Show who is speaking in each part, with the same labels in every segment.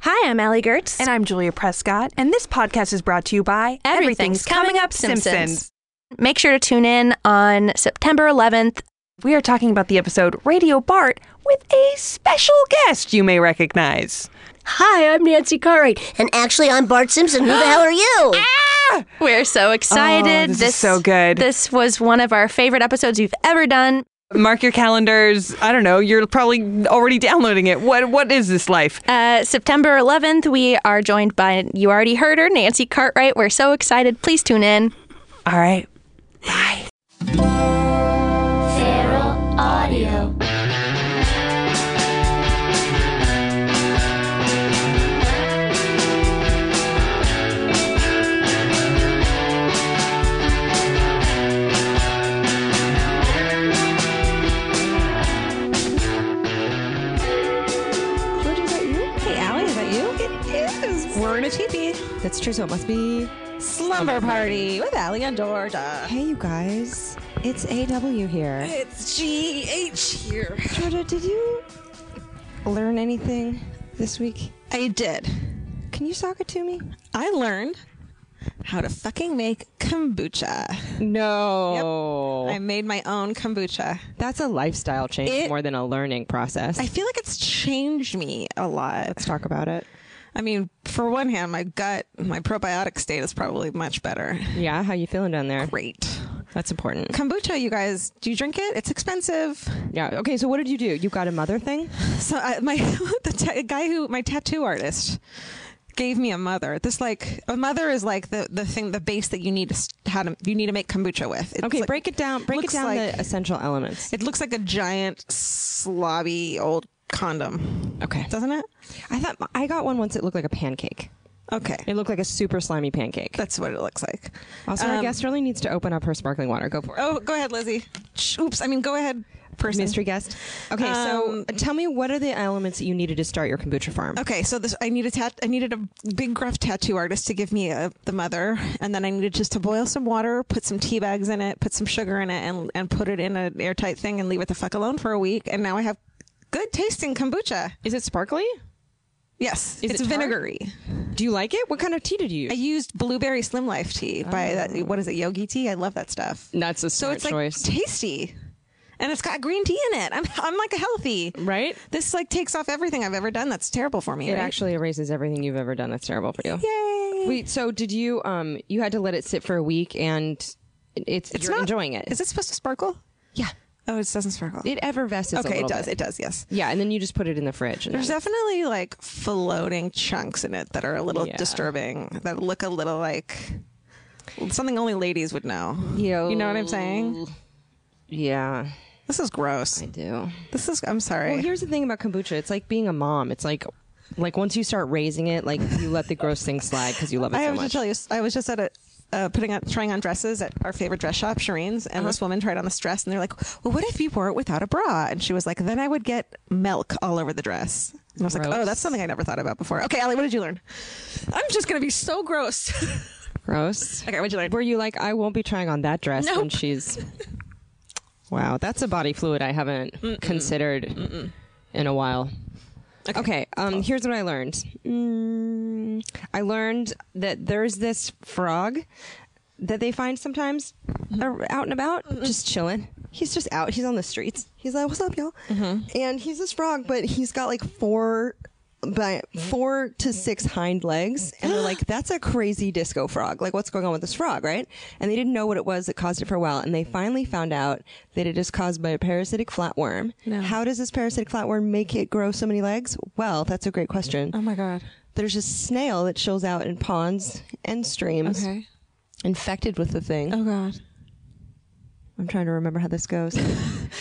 Speaker 1: Hi, I'm Allie Gertz.
Speaker 2: And I'm Julia Prescott, and this podcast is brought to you by
Speaker 1: Everything's Coming Up Simpsons. make sure to tune in on September 11th.
Speaker 2: We are talking about the episode Radio Bart with a special guest you may recognize.
Speaker 3: Hi, I'm Nancy Cartwright. And actually, I'm Bart Simpson. Who the hell are you?
Speaker 2: Ah!
Speaker 1: We're so excited.
Speaker 2: this is so good.
Speaker 1: This was one of our favorite episodes we've ever done.
Speaker 2: Mark your calendars. I don't know. You're probably already downloading it. What What is this life?
Speaker 1: Uh, September 11th, we are joined by, you already heard her, Nancy Cartwright. We're so excited. Please tune in.
Speaker 2: All right.
Speaker 4: Feral Audio.
Speaker 2: George, is that you? Hey, Allie, is that you? It is. We're in a teepee.
Speaker 5: That's true. So it must be.
Speaker 2: Slumber party with Allie and Georgia.
Speaker 5: Hey, you guys. It's AW here.
Speaker 2: It's GH here.
Speaker 5: Georgia, did you learn anything this week?
Speaker 6: I did.
Speaker 5: Can you sock it to me?
Speaker 6: I learned how to fucking make kombucha.
Speaker 5: No.
Speaker 6: I made my own kombucha.
Speaker 5: That's a lifestyle change
Speaker 6: It-
Speaker 5: more than a learning process.
Speaker 6: I feel like it's changed me a lot.
Speaker 5: Let's talk about it.
Speaker 6: I mean, for one hand, my gut, my probiotic state is probably much better.
Speaker 5: Yeah, how you feeling down there?
Speaker 6: Great.
Speaker 5: That's important.
Speaker 6: Kombucha, you guys, do you drink it? It's expensive.
Speaker 5: Yeah. Okay, so what did you do? You got a mother thing?
Speaker 6: So I, my the ta- guy who my tattoo artist gave me a mother. This like a mother is like the the thing the base that you need to s- how to you need to make kombucha with. It's
Speaker 5: Okay,
Speaker 6: like-
Speaker 5: break it down. Break it
Speaker 6: looks
Speaker 5: down
Speaker 6: like-
Speaker 5: the essential elements.
Speaker 6: It looks like a giant slobby old condom.
Speaker 5: Okay.
Speaker 6: Doesn't it?
Speaker 5: I thought I got one once it looked like a pancake.
Speaker 6: Okay.
Speaker 5: It looked like a super slimy pancake.
Speaker 6: That's um, what it looks like.
Speaker 5: Also, our guest really needs to open up her sparkling water. Go for it.
Speaker 6: Oh, go ahead, Lizzie. Sh- Oops. I mean, go ahead, person.
Speaker 5: mystery guest. Okay, so
Speaker 6: Um,
Speaker 5: tell me what are the elements that you needed to start your kombucha farm?
Speaker 6: Okay, so this I need a tat. I needed a big gruff tattoo artist to give me a, the mother, and then I needed just to boil some water, put some tea bags in it, put some sugar in it, and and put it in an airtight thing and leave it the fuck alone for a week. And now I have good tasting kombucha.
Speaker 5: Is it sparkly?
Speaker 6: Yes,
Speaker 5: Is
Speaker 6: it's
Speaker 5: it tart?
Speaker 6: vinegary.
Speaker 5: Do you like it? What kind of tea did you
Speaker 6: I
Speaker 5: use?
Speaker 6: used blueberry Slim Life tea by that, what is it, Yogi tea? I love that stuff.
Speaker 5: Oh. That's a
Speaker 6: so
Speaker 5: smart
Speaker 6: it's like
Speaker 5: choice.
Speaker 6: tasty, and it's got green tea in it. I'm I'm like a healthy,
Speaker 5: Right?
Speaker 6: This like takes off everything I've ever done. That's terrible for me.
Speaker 5: It
Speaker 6: right?
Speaker 5: actually erases everything you've ever done. That's terrible for you.
Speaker 6: Yay.
Speaker 5: Wait, so did you um you had to let it sit for a week and it- it's,
Speaker 6: It's
Speaker 5: you're
Speaker 6: not-
Speaker 5: enjoying it.
Speaker 6: Is it supposed to sparkle?
Speaker 5: yeah.
Speaker 6: Oh, it doesn't sparkle.
Speaker 5: It effervesces a
Speaker 6: okay, it
Speaker 5: little
Speaker 6: does.
Speaker 5: bit.
Speaker 6: It does. Yes.
Speaker 5: Yeah, and then you just put it in the fridge. and
Speaker 6: There's
Speaker 5: then-
Speaker 6: definitely like floating chunks in it that are a little
Speaker 5: Yeah.
Speaker 6: disturbing. That look a little like something only ladies would know.
Speaker 5: Yo.
Speaker 6: You know what I'm saying?
Speaker 5: Yeah,
Speaker 6: This is gross.
Speaker 5: I do.
Speaker 6: This is. I'm sorry.
Speaker 5: Well, here's the thing about kombucha. It's like being a mom. It's like like once you start raising it, like you let the gross thing slide because you love it
Speaker 6: I
Speaker 5: so
Speaker 6: have to
Speaker 5: much.
Speaker 6: tell you, I was just at a. Uh, putting on trying on dresses at our favorite dress shop, Shireen's, and this woman tried on this dress, and they're like, "Well, what if you wore it without a bra?" And she was like, "Then I would get milk all over the dress." And I was like, "Oh,
Speaker 5: Gross.
Speaker 6: that's something I never thought about before." Okay, Allie, what did you learn? I'm just gonna be so gross.
Speaker 5: Gross.
Speaker 6: okay, what did you learn?
Speaker 5: Were you like, I won't be trying on that dress when
Speaker 6: Nope.
Speaker 5: she's. Wow, that's a body fluid I haven't considered in a while. Okay, um, here's what I learned. Mm, I learned that there's this frog that they find sometimes ar- out and about, just chilling. He's just out. He's on the streets. He's like, "What's up, y'all?" And he's this frog, but he's got like four, by four to six hind legs, and they're like, "That's a crazy disco frog. Like, what's going on with this frog, right?" And they didn't know what it was that caused it for a while, and they finally found out that it is caused by a parasitic flatworm. How does this parasitic flatworm make it grow so many legs? Well, that's a great question.
Speaker 6: Oh my god.
Speaker 5: There's a snail that chills out in ponds and streams,
Speaker 6: Okay.
Speaker 5: infected with the thing.
Speaker 6: Oh god.
Speaker 5: I'm trying to remember how this goes.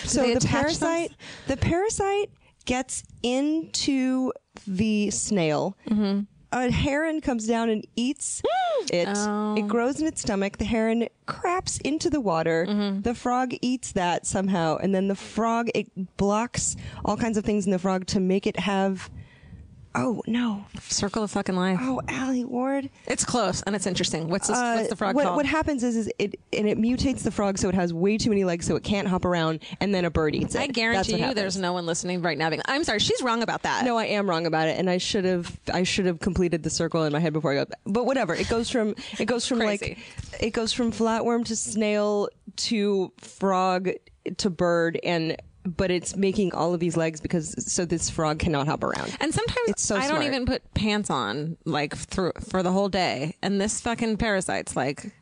Speaker 5: so
Speaker 6: they
Speaker 5: the
Speaker 6: attach them-
Speaker 5: parasite, the parasite gets into the snail.
Speaker 6: Mm-hmm.
Speaker 5: A heron comes down and eats it.
Speaker 6: Oh.
Speaker 5: It grows in its stomach. The heron craps into the water.
Speaker 6: Mm-hmm.
Speaker 5: The frog eats that somehow, and then the frog it blocks all kinds of things in the frog to make it have Oh no!
Speaker 6: Circle of fucking life.
Speaker 5: Oh, Allie Ward.
Speaker 6: It's close and it's interesting. What's, this,
Speaker 5: Uh,
Speaker 6: what's the frog
Speaker 5: what,
Speaker 6: called?
Speaker 5: what happens is, is it and it mutates the frog so it has way too many legs so it can't hop around, and then a bird eats it.
Speaker 6: I
Speaker 5: That's
Speaker 6: guarantee
Speaker 5: what
Speaker 6: you,
Speaker 5: happens.
Speaker 6: there's no one listening right now. being, I'm sorry, she's wrong about that.
Speaker 5: No, I am wrong about it, and I should have I should have completed the circle in my head before I got. But whatever, it goes from it goes from like
Speaker 6: Crazy.
Speaker 5: it goes from flatworm to snail to frog to bird, and but it's making all of these legs because so this frog cannot hop around.
Speaker 6: And sometimes
Speaker 5: It's so
Speaker 6: I
Speaker 5: smart.
Speaker 6: don't even put pants on like through for the whole day. And this fucking parasite's like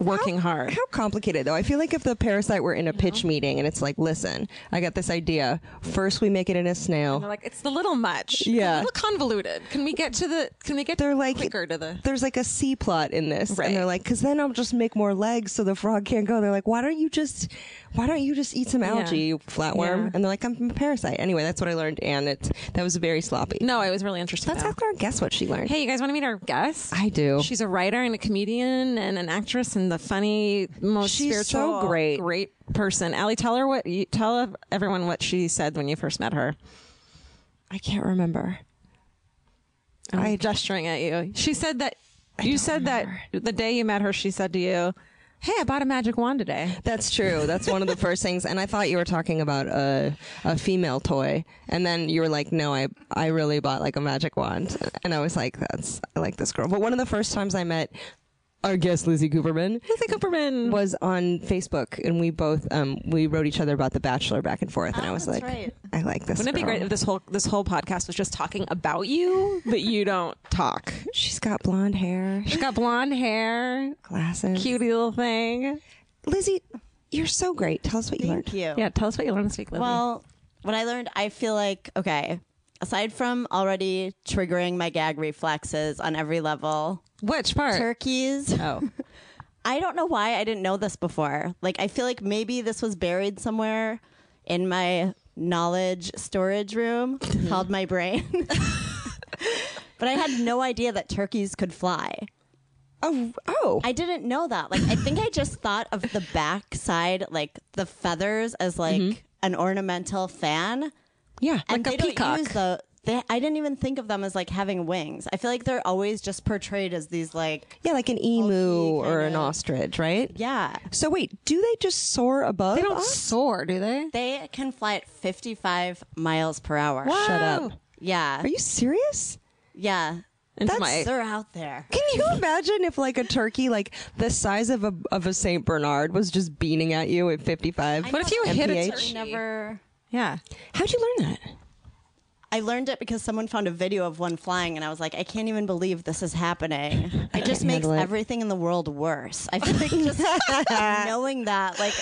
Speaker 6: working hard.
Speaker 5: How complicated though? I feel like if the parasite were in a pitch meeting and it's like, listen, I got this idea. First, we make it in a snail.
Speaker 6: They're like it's the little much. a
Speaker 5: Yeah.
Speaker 6: little convoluted. Can we get to the? Can we get?
Speaker 5: they're like
Speaker 6: quicker to the.
Speaker 5: there's like a C plot in this,
Speaker 6: Right.
Speaker 5: and they're like, because then I'll just make more legs so the frog can't go. They're like, why don't you just, why don't you just eat some algae, you flatworm?
Speaker 6: Yeah.
Speaker 5: And they're like, I'm a parasite. Anyway, that's what I learned, and it's that was very sloppy.
Speaker 6: No, it was really interesting.
Speaker 5: let's
Speaker 6: though.
Speaker 5: ask her. Guess what she learned?
Speaker 6: Hey, you guys want to meet our guest?
Speaker 5: I do.
Speaker 6: She's a writer and a comedian and an actress and the funny, most
Speaker 5: She's
Speaker 6: spiritual,
Speaker 5: so great.
Speaker 6: great person. Allie, tell her what you tell everyone what she said when you first met her.
Speaker 5: I can't remember.
Speaker 6: Oh, I'm gesturing at you. She said that you said that the day you met her, she said to you, "Hey, I bought a magic wand today."
Speaker 5: That's true. That's one of the first things. And I thought you were talking about a a female toy, and then you were like, "No, I I really bought like a magic wand." And I was like, "That's I like this girl." But one of the first times I met our guest Lizzie Cooperman,
Speaker 6: Lizzie Cooperman.
Speaker 5: was on Facebook, and we both um we wrote each other about The Bachelor back and forth, and I was like, "I like this."
Speaker 6: Ah, Wouldn't it be
Speaker 5: girl.
Speaker 6: great if this whole this whole podcast was just talking about you, but you don't talk?
Speaker 5: She's got blonde hair,
Speaker 6: She's got blonde hair,
Speaker 5: glasses.
Speaker 6: cutie little thing.
Speaker 5: Lizzie, you're so great. Tell us what you learned.
Speaker 7: Thank you.
Speaker 6: Yeah, tell us what you learned this week, Lizzie.
Speaker 7: Well, what I learned, I feel like okay. Aside from already triggering my gag reflexes on every level,
Speaker 6: which part?
Speaker 7: turkeys.
Speaker 6: oh,
Speaker 7: I don't know why I didn't know this before. Like, I feel like maybe this was buried somewhere in my knowledge storage room
Speaker 6: Mm-hmm.
Speaker 7: called my brain. but I had no idea that turkeys could fly.
Speaker 5: Oh, oh,
Speaker 7: I didn't know that. Like, I think I just thought of the back side, like the feathers, as like an ornamental fan.
Speaker 5: yeah,
Speaker 6: Mm-hmm.
Speaker 7: And
Speaker 6: Like a
Speaker 7: they
Speaker 6: peacock.
Speaker 7: Don't use the, they, I didn't even think of them as like having wings. I feel like they're always just portrayed as these like,
Speaker 5: yeah, like an emu
Speaker 7: Bulky
Speaker 5: or
Speaker 7: kinda-
Speaker 5: an ostrich, right?
Speaker 7: yeah.
Speaker 5: So wait, do they just soar above?
Speaker 6: they don't
Speaker 5: us?
Speaker 6: soar, do they?
Speaker 7: They can fly at 55 miles per hour.
Speaker 5: Shut
Speaker 6: Whoa.
Speaker 5: up.
Speaker 7: Yeah.
Speaker 5: Are you serious?
Speaker 7: yeah.
Speaker 6: Into
Speaker 5: That's
Speaker 6: my-
Speaker 7: They're out there.
Speaker 5: Can you imagine if like a turkey, like the size of a of a Saint Bernard, was just beating at you at fifty five?
Speaker 6: What if you hit a
Speaker 7: I
Speaker 6: turkey?
Speaker 7: never.
Speaker 6: Yeah.
Speaker 5: How'd you learn that?
Speaker 7: I learned it because someone found a video of one flying, and I was like, I can't even believe this is happening. It just makes
Speaker 5: handle it.
Speaker 7: everything in the world worse. I feel like just knowing that, like,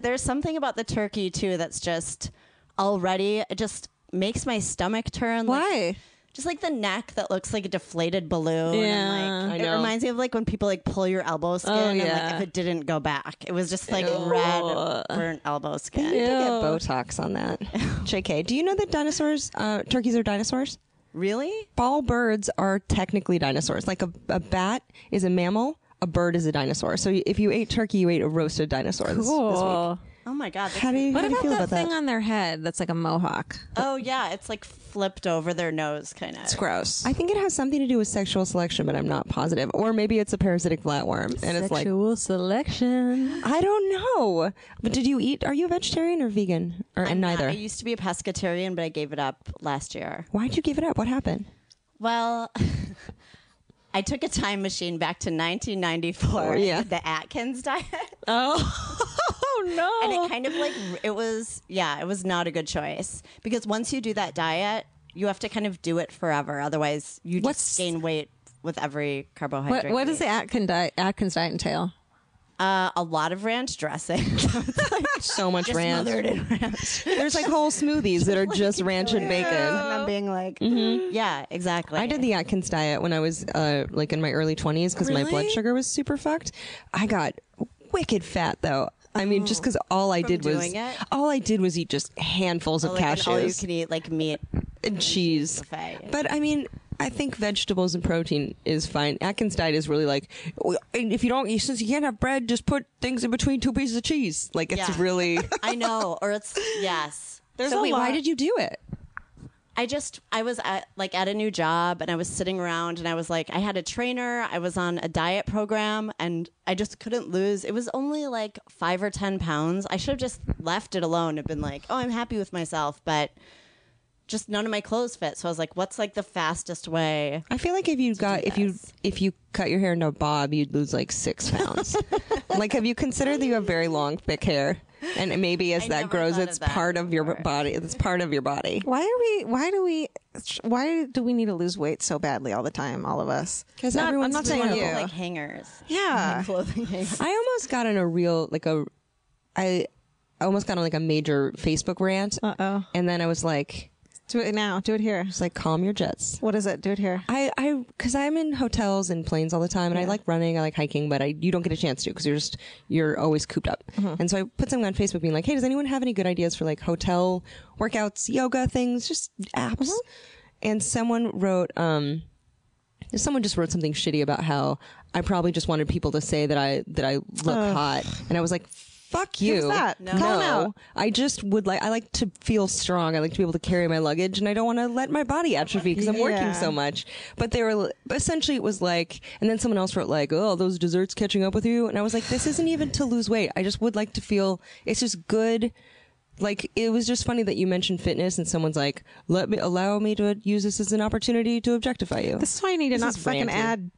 Speaker 7: there's something about the turkey too that's just already it just makes my stomach turn. like,
Speaker 6: Why?
Speaker 7: just like the neck that looks like a deflated balloon.
Speaker 6: Yeah,
Speaker 7: and, like, it reminds me of like when people like pull your elbow skin, and
Speaker 6: yeah.
Speaker 7: like if it didn't go back, it was just like red burnt elbow skin.
Speaker 5: I get Botox on that. JK, do you know that dinosaurs, uh, turkeys are dinosaurs?
Speaker 7: Really?
Speaker 5: All birds are technically dinosaurs. Like a, a bat is a mammal, a bird is a dinosaur. So if you ate turkey, you ate a roasted dinosaur. this- This, week.
Speaker 6: Cool.
Speaker 7: Oh my god! that's
Speaker 5: How do you,
Speaker 6: What
Speaker 5: how do you
Speaker 6: about
Speaker 5: feel
Speaker 6: that
Speaker 5: about that?
Speaker 6: thing on their head that's like a mohawk?
Speaker 7: Oh yeah, it's like flipped over their nose, kind of.
Speaker 6: Gross.
Speaker 5: I think it has something to do with sexual selection, but I'm not positive. Or maybe it's a parasitic flatworm, and it's like
Speaker 6: Sexual selection.
Speaker 5: I don't know. But did you eat? Are you a vegetarian or vegan or and neither?
Speaker 7: I used to be a pescatarian, but I gave it up last year.
Speaker 5: Why'd you give it up? What happened?
Speaker 7: Well, I took a time machine back to 1994.
Speaker 5: yeah.
Speaker 7: the Atkins diet,
Speaker 6: Oh
Speaker 7: and
Speaker 6: no.
Speaker 7: it kind of like it was yeah, it was not a good choice because once you do that diet, you have to kind of do it forever. Otherwise, you just
Speaker 6: What's-
Speaker 7: gain weight with every carbohydrate.
Speaker 6: What, what does the Atkin di- Atkins diet entail?
Speaker 7: uh, a lot of ranch dressing?
Speaker 5: So much
Speaker 7: Just
Speaker 5: ranch.
Speaker 7: smothered in ranch.
Speaker 5: There's like whole smoothies that are just ranch and bacon.
Speaker 7: And I'm being like, "Mm-hmm." yeah, exactly.
Speaker 5: Oh. I did the Atkins diet when I was uh, like in my early 20s because my blood sugar was super fucked. I got wicked fat though. I mean, just because all I did was
Speaker 7: Oh. doing it? Oh,
Speaker 5: all I did was eat just handfuls of
Speaker 7: like an all you
Speaker 5: cashews
Speaker 7: can eat like meat
Speaker 5: and cheese.
Speaker 7: buffet.
Speaker 5: But I mean, I think vegetables and protein is fine. Atkins diet is really like if you don't, since you can't have bread, just put things in between two pieces of cheese. Like it's
Speaker 7: Yeah.
Speaker 5: really.
Speaker 7: I know, or it's yes.
Speaker 5: There's so wait, why did you do it?
Speaker 7: I just I was at like at a new job and I was sitting around and I was like I had a trainer, I was on a diet program and I just couldn't lose. It was only like 5 or 10 pounds. I should have just left it alone and been like, "Oh, I'm happy with myself," but just none of my clothes fit. So I was like, "What's like the fastest way?"
Speaker 5: I feel like if you got if you if you cut your hair into a bob, you'd lose like six pounds. like, have you considered that you have very long, thick hair, and maybe as
Speaker 7: I
Speaker 5: that
Speaker 7: never
Speaker 5: grows,
Speaker 7: thought of
Speaker 5: it's
Speaker 7: that
Speaker 5: part of your body. It's part of your body
Speaker 6: Why are we? Why do we? Why do we need to lose weight so badly all the time? All of us.
Speaker 5: because
Speaker 6: Not- I'm
Speaker 5: everyone's
Speaker 6: not saying
Speaker 5: doing
Speaker 6: you.
Speaker 5: it.
Speaker 7: Like hangers.
Speaker 6: Yeah.
Speaker 7: Clothing hangers.
Speaker 5: I almost got in a real like a I I almost got on like a major Facebook rant. Uh
Speaker 6: oh.
Speaker 5: And then I was like
Speaker 6: Do it now. Do it here.
Speaker 5: just like calm your jets.
Speaker 6: What is it? Do it here.
Speaker 5: I I cuz I'm in hotels and planes all the time and I like running, I like hiking, but I you don't get a chance to cuz you're just you're always cooped up.
Speaker 6: Mm-hmm.
Speaker 5: And so I put something on Facebook being like, "Hey, does anyone have any good ideas for like hotel workouts, yoga things, just apps?"
Speaker 6: Mm-hmm.
Speaker 5: And someone wrote um someone just wrote something shitty about how I probably just wanted people to say that I that I look hot, and I was like, "Fuck you!"
Speaker 6: that? No.
Speaker 5: No,
Speaker 6: Call out.
Speaker 5: I just would like I like to feel strong. I like to be able to carry my luggage, and I don't want to let my body atrophy because I'm working
Speaker 6: Yeah.
Speaker 5: so much. But they were essentially it was like, and then someone else wrote like, "Oh, those desserts catching up with you," and I was like, "This isn't even to lose weight. I just would like to feel. It's just good." like it was just funny that you mentioned fitness and someone's like let me allow me to use this as an opportunity to objectify you
Speaker 6: This is why I need to
Speaker 5: This
Speaker 6: not
Speaker 5: is
Speaker 6: fucking
Speaker 5: ranty.
Speaker 6: add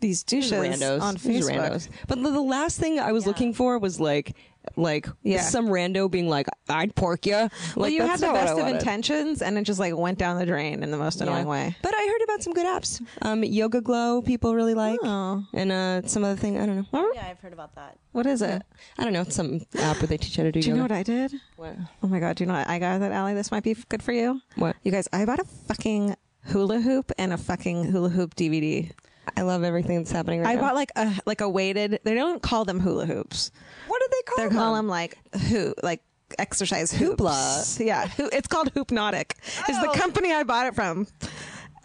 Speaker 6: these douches
Speaker 5: randos
Speaker 6: on
Speaker 5: These
Speaker 6: Facebook.
Speaker 5: randos. But the, the last thing I was looking for was like, like
Speaker 6: Yeah.
Speaker 5: some rando being like, "I'd pork you." Like
Speaker 6: Well, you had
Speaker 5: that's
Speaker 6: the
Speaker 5: not what I
Speaker 6: best of
Speaker 5: wanted.
Speaker 6: intentions, and it just like went down the drain in the most
Speaker 5: Yeah.
Speaker 6: annoying way.
Speaker 5: But I heard about some good apps. Um, Yoga Glow, people really like,
Speaker 6: Oh.
Speaker 5: and uh, some other thing. I don't know.
Speaker 7: Yeah, I've heard about that.
Speaker 6: What is it?
Speaker 5: I don't know. It's some app where they teach you how to do,
Speaker 6: Do you
Speaker 5: yoga.
Speaker 6: know what I did?
Speaker 5: What?
Speaker 6: Oh my god! Do you know what I got that Allie? This might be f- good for you.
Speaker 5: What?
Speaker 6: You guys, I bought a fucking hula hoop and a fucking hula hoop DVD.
Speaker 5: I love everything that's happening right
Speaker 6: I
Speaker 5: now.
Speaker 6: bought like a like a weighted. They don't call them hula hoops.
Speaker 5: what do they
Speaker 6: They
Speaker 5: call
Speaker 6: call
Speaker 5: them?
Speaker 6: them like hoop, like exercise hoops.
Speaker 5: Hoopla.
Speaker 6: Yeah, hoo- it's called Hoopnotic. It's the company I bought it from.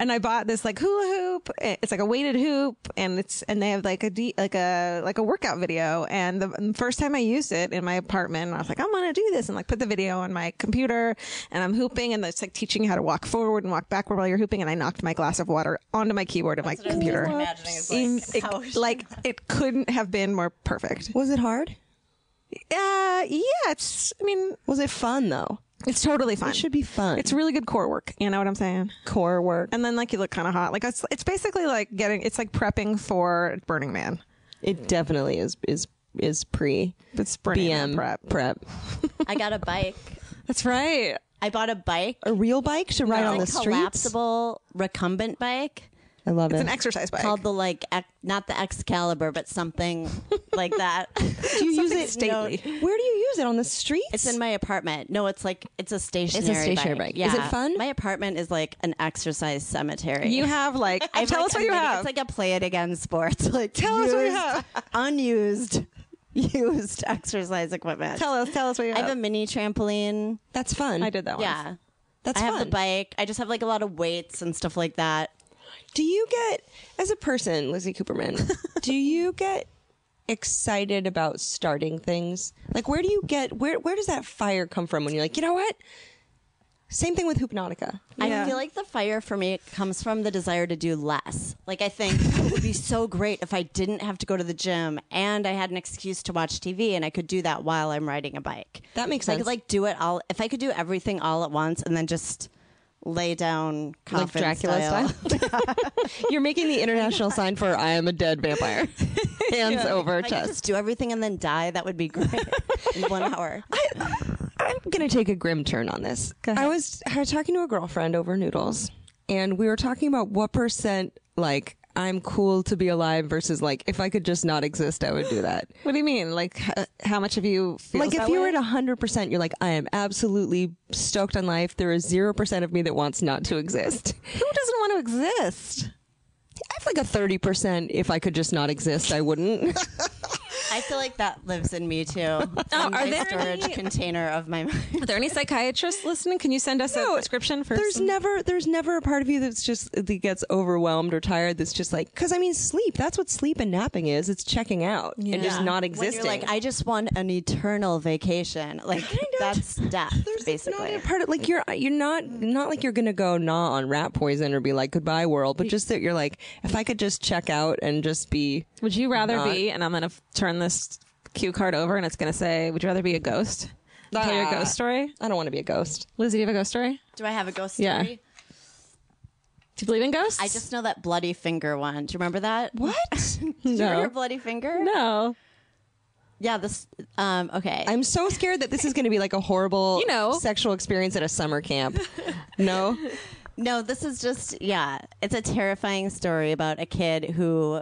Speaker 6: And I bought this like hula hoop. It's like a weighted hoop, and it's and they have like a de- like a like a workout video. And the, and the first time I used it in my apartment, I was like, I'm gonna do this, and like put the video on my computer, and I'm hooping, and it's like teaching you how to walk forward and walk backward while you're hooping. And I knocked my glass of water onto my keyboard of my computer. In- it- like it couldn't have been more perfect.
Speaker 5: Was it hard?
Speaker 6: Uh, yeah, it's. I mean,
Speaker 5: Was it fun though?
Speaker 6: it's totally fun.
Speaker 5: It should be fun.
Speaker 6: It's really good core work. You know what I'm saying?
Speaker 5: core work.
Speaker 6: And then like you look kind of hot. Like it's it's basically like getting. It's like prepping for Burning Man.
Speaker 5: It definitely is is is pre
Speaker 6: It's Burning Man
Speaker 5: BM
Speaker 6: prep.
Speaker 5: prep.
Speaker 7: I got a bike.
Speaker 6: That's right.
Speaker 7: I bought a bike.
Speaker 5: a real bike to ride on the
Speaker 7: It's a
Speaker 5: streets.
Speaker 7: collapsible recumbent bike
Speaker 5: I love
Speaker 6: It's
Speaker 5: it.
Speaker 6: an exercise bike.
Speaker 7: called the like ex- not the Excalibur, but something like that.
Speaker 5: do you use
Speaker 6: something
Speaker 5: it
Speaker 6: stately.
Speaker 5: Where do you use it on the streets?
Speaker 7: It's in my apartment. No, it's like it's a stationary.
Speaker 5: stationary bike.
Speaker 7: Yeah.
Speaker 5: Is it fun?
Speaker 7: My apartment is like an exercise cemetery.
Speaker 6: you have like.
Speaker 7: I have,
Speaker 6: tell
Speaker 7: like,
Speaker 6: us what
Speaker 7: a
Speaker 6: you
Speaker 7: mini-
Speaker 6: have.
Speaker 7: It's like a play it again sports. Like tell
Speaker 6: us what you have.
Speaker 7: Unused, used exercise equipment.
Speaker 6: tell us. Tell us what you
Speaker 7: I
Speaker 6: have.
Speaker 7: have a mini trampoline.
Speaker 5: That's fun.
Speaker 6: I did that one.
Speaker 7: Yeah.
Speaker 5: That's
Speaker 7: I have
Speaker 5: fun.
Speaker 7: the bike. I just have like a lot of weights and stuff like that.
Speaker 5: Do you get as a person, Lizzie Cooperman? do you get excited about starting things? Like, where do you get where where does that fire come from when you're like, you know what? Same thing with Hoopnotica.
Speaker 7: I feel like the fire for me comes from the desire to do less. Like I think it would be so great if I didn't have to go to the gym and I had an excuse to watch TV and I could do that while I'm riding a bike.
Speaker 5: That makes
Speaker 7: If I
Speaker 5: sense.
Speaker 7: could like do it all. If I could do everything all at once and then just lay down coffin
Speaker 5: Dracula you're making the international sign for "I am a dead vampire," hands over
Speaker 7: If I could
Speaker 5: chest.
Speaker 7: just do everything and then die. That would be great in one hour.
Speaker 5: I'm gonna take a grim turn on this. I was I was talking to a girlfriend over noodles, and we were talking about what percent like I'm cool to be alive versus like if I could just not exist, I would do that.
Speaker 6: What do you mean? Like h- how much of you? Feels
Speaker 5: like if
Speaker 6: that
Speaker 5: you were
Speaker 6: way?
Speaker 5: at hundred percent, you're like I am absolutely stoked on life. There is zero percent of me that wants not to exist.
Speaker 6: who doesn't want to exist?
Speaker 5: I have like a thirty percent. If I could just not exist, I wouldn't.
Speaker 7: I feel like that lives in me too. Oh, are my
Speaker 6: there
Speaker 7: storage
Speaker 6: any-
Speaker 7: container of my mind?
Speaker 6: Are there any psychiatrists listening? Can you send us a prescription for?
Speaker 5: There's
Speaker 6: some-
Speaker 5: never there's never a part of you that's just that gets overwhelmed or tired. That's just like because I mean sleep. That's what sleep and napping is. It's checking out and just not
Speaker 7: When
Speaker 5: existing.
Speaker 7: you're like, I just want an eternal vacation. Like that's death,
Speaker 5: not
Speaker 7: basically.
Speaker 5: a part of like you're you're not not like you're gonna go gnaw on rat poison or be like goodbye world, but just that you're like if I could just check out and just be
Speaker 6: Would you rather be? And I'm gonna f- turn this cue card over, and it's gonna say, "Would you rather be a ghost?" Tell your
Speaker 5: Ah.
Speaker 6: ghost story.
Speaker 5: I don't want to be a ghost.
Speaker 6: Lizzie, do you have a ghost story?
Speaker 7: Do I have a ghost
Speaker 6: Yeah.
Speaker 7: story?
Speaker 6: Do you believe in ghosts?
Speaker 7: I just know that bloody finger one. Do you remember that?
Speaker 5: What?
Speaker 7: Do you
Speaker 6: No.
Speaker 7: remember bloody finger?
Speaker 6: no.
Speaker 7: Yeah. This. Um. Okay.
Speaker 5: I'm so scared that this is gonna be like a horrible
Speaker 6: You know.
Speaker 5: sexual experience at a summer camp. no,
Speaker 7: No, this is just yeah. It's a terrifying story about a kid who.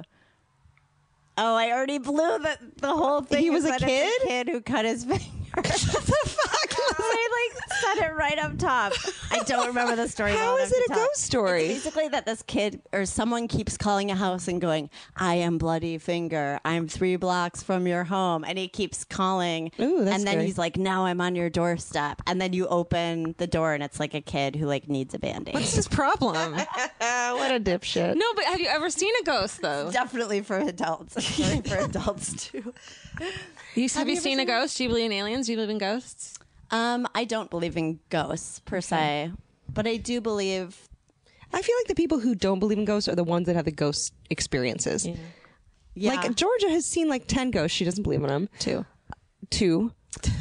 Speaker 7: Oh, I already blew the the whole thing.
Speaker 5: He was
Speaker 7: is
Speaker 5: a
Speaker 7: that it's a kid who cut his finger. what the fuck? I like said it right up top. I don't remember the story.
Speaker 5: How
Speaker 7: well enough
Speaker 5: is it
Speaker 7: to
Speaker 5: a
Speaker 7: tell.
Speaker 5: ghost story?
Speaker 7: It's basically, that this kid or someone keeps calling a house and going, "I am bloody finger. I'm three blocks from your home," and he keeps calling.
Speaker 5: Ooh, that's
Speaker 7: and then
Speaker 5: scary.
Speaker 7: he's like, "Now I'm on your doorstep," and then you open the door and it's like a kid who like needs a band aid.
Speaker 6: What's his problem?
Speaker 5: what a dipshit.
Speaker 6: no, but have you ever seen a ghost though?
Speaker 7: definitely for adults. It's Sorry for adults too.
Speaker 6: have, you, seen, a ghost? Do you believe in aliens? Do you believe in ghosts?
Speaker 7: Um, I don't believe in ghosts per se, but I do believe.
Speaker 5: I feel like the people who don't believe in ghosts are the ones that have the ghost experiences.
Speaker 7: Yeah.
Speaker 5: Like Georgia has seen like ten ghosts. She doesn't believe in them.
Speaker 6: Two.
Speaker 5: Two.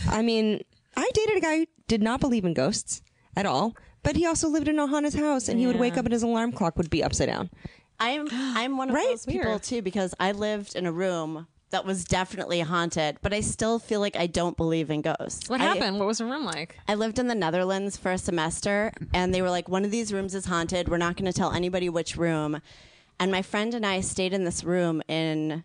Speaker 5: I mean, I dated a guy who did not believe in ghosts at all, but he also lived in Ohana's house, and he would wake up and his alarm clock would be upside down.
Speaker 7: I'm I'm one of
Speaker 5: Right?
Speaker 7: those people too because I lived in a room that was definitely haunted, but I still feel like I don't believe in ghosts.
Speaker 6: What
Speaker 7: I-
Speaker 6: happened? What was the room like?
Speaker 7: I lived in the Netherlands for a semester, and they were like, one of these rooms is haunted. We're not going to tell anybody which room. And my friend and I stayed in this room in.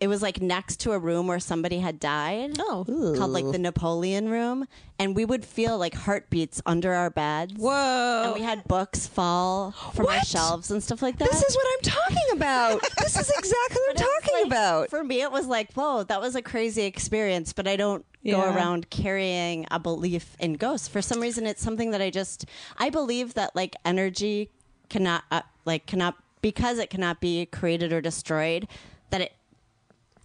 Speaker 7: It was like next to a room where somebody had died.
Speaker 6: Oh.
Speaker 7: Called like the Napoleon room. And we would feel like heartbeats under our beds.
Speaker 6: Whoa.
Speaker 7: And we had books fall from our shelves and stuff like that.
Speaker 5: This is what I'm talking about. this is exactly what I'm talking
Speaker 7: Like,
Speaker 5: about.
Speaker 7: For me, it was like, whoa, that was a crazy experience, but I don't go
Speaker 5: Yeah.
Speaker 7: around carrying a belief in ghosts. For some reason, it's something that I just, I believe that like energy cannot, uh, like, cannot, because it cannot be created or destroyed, that it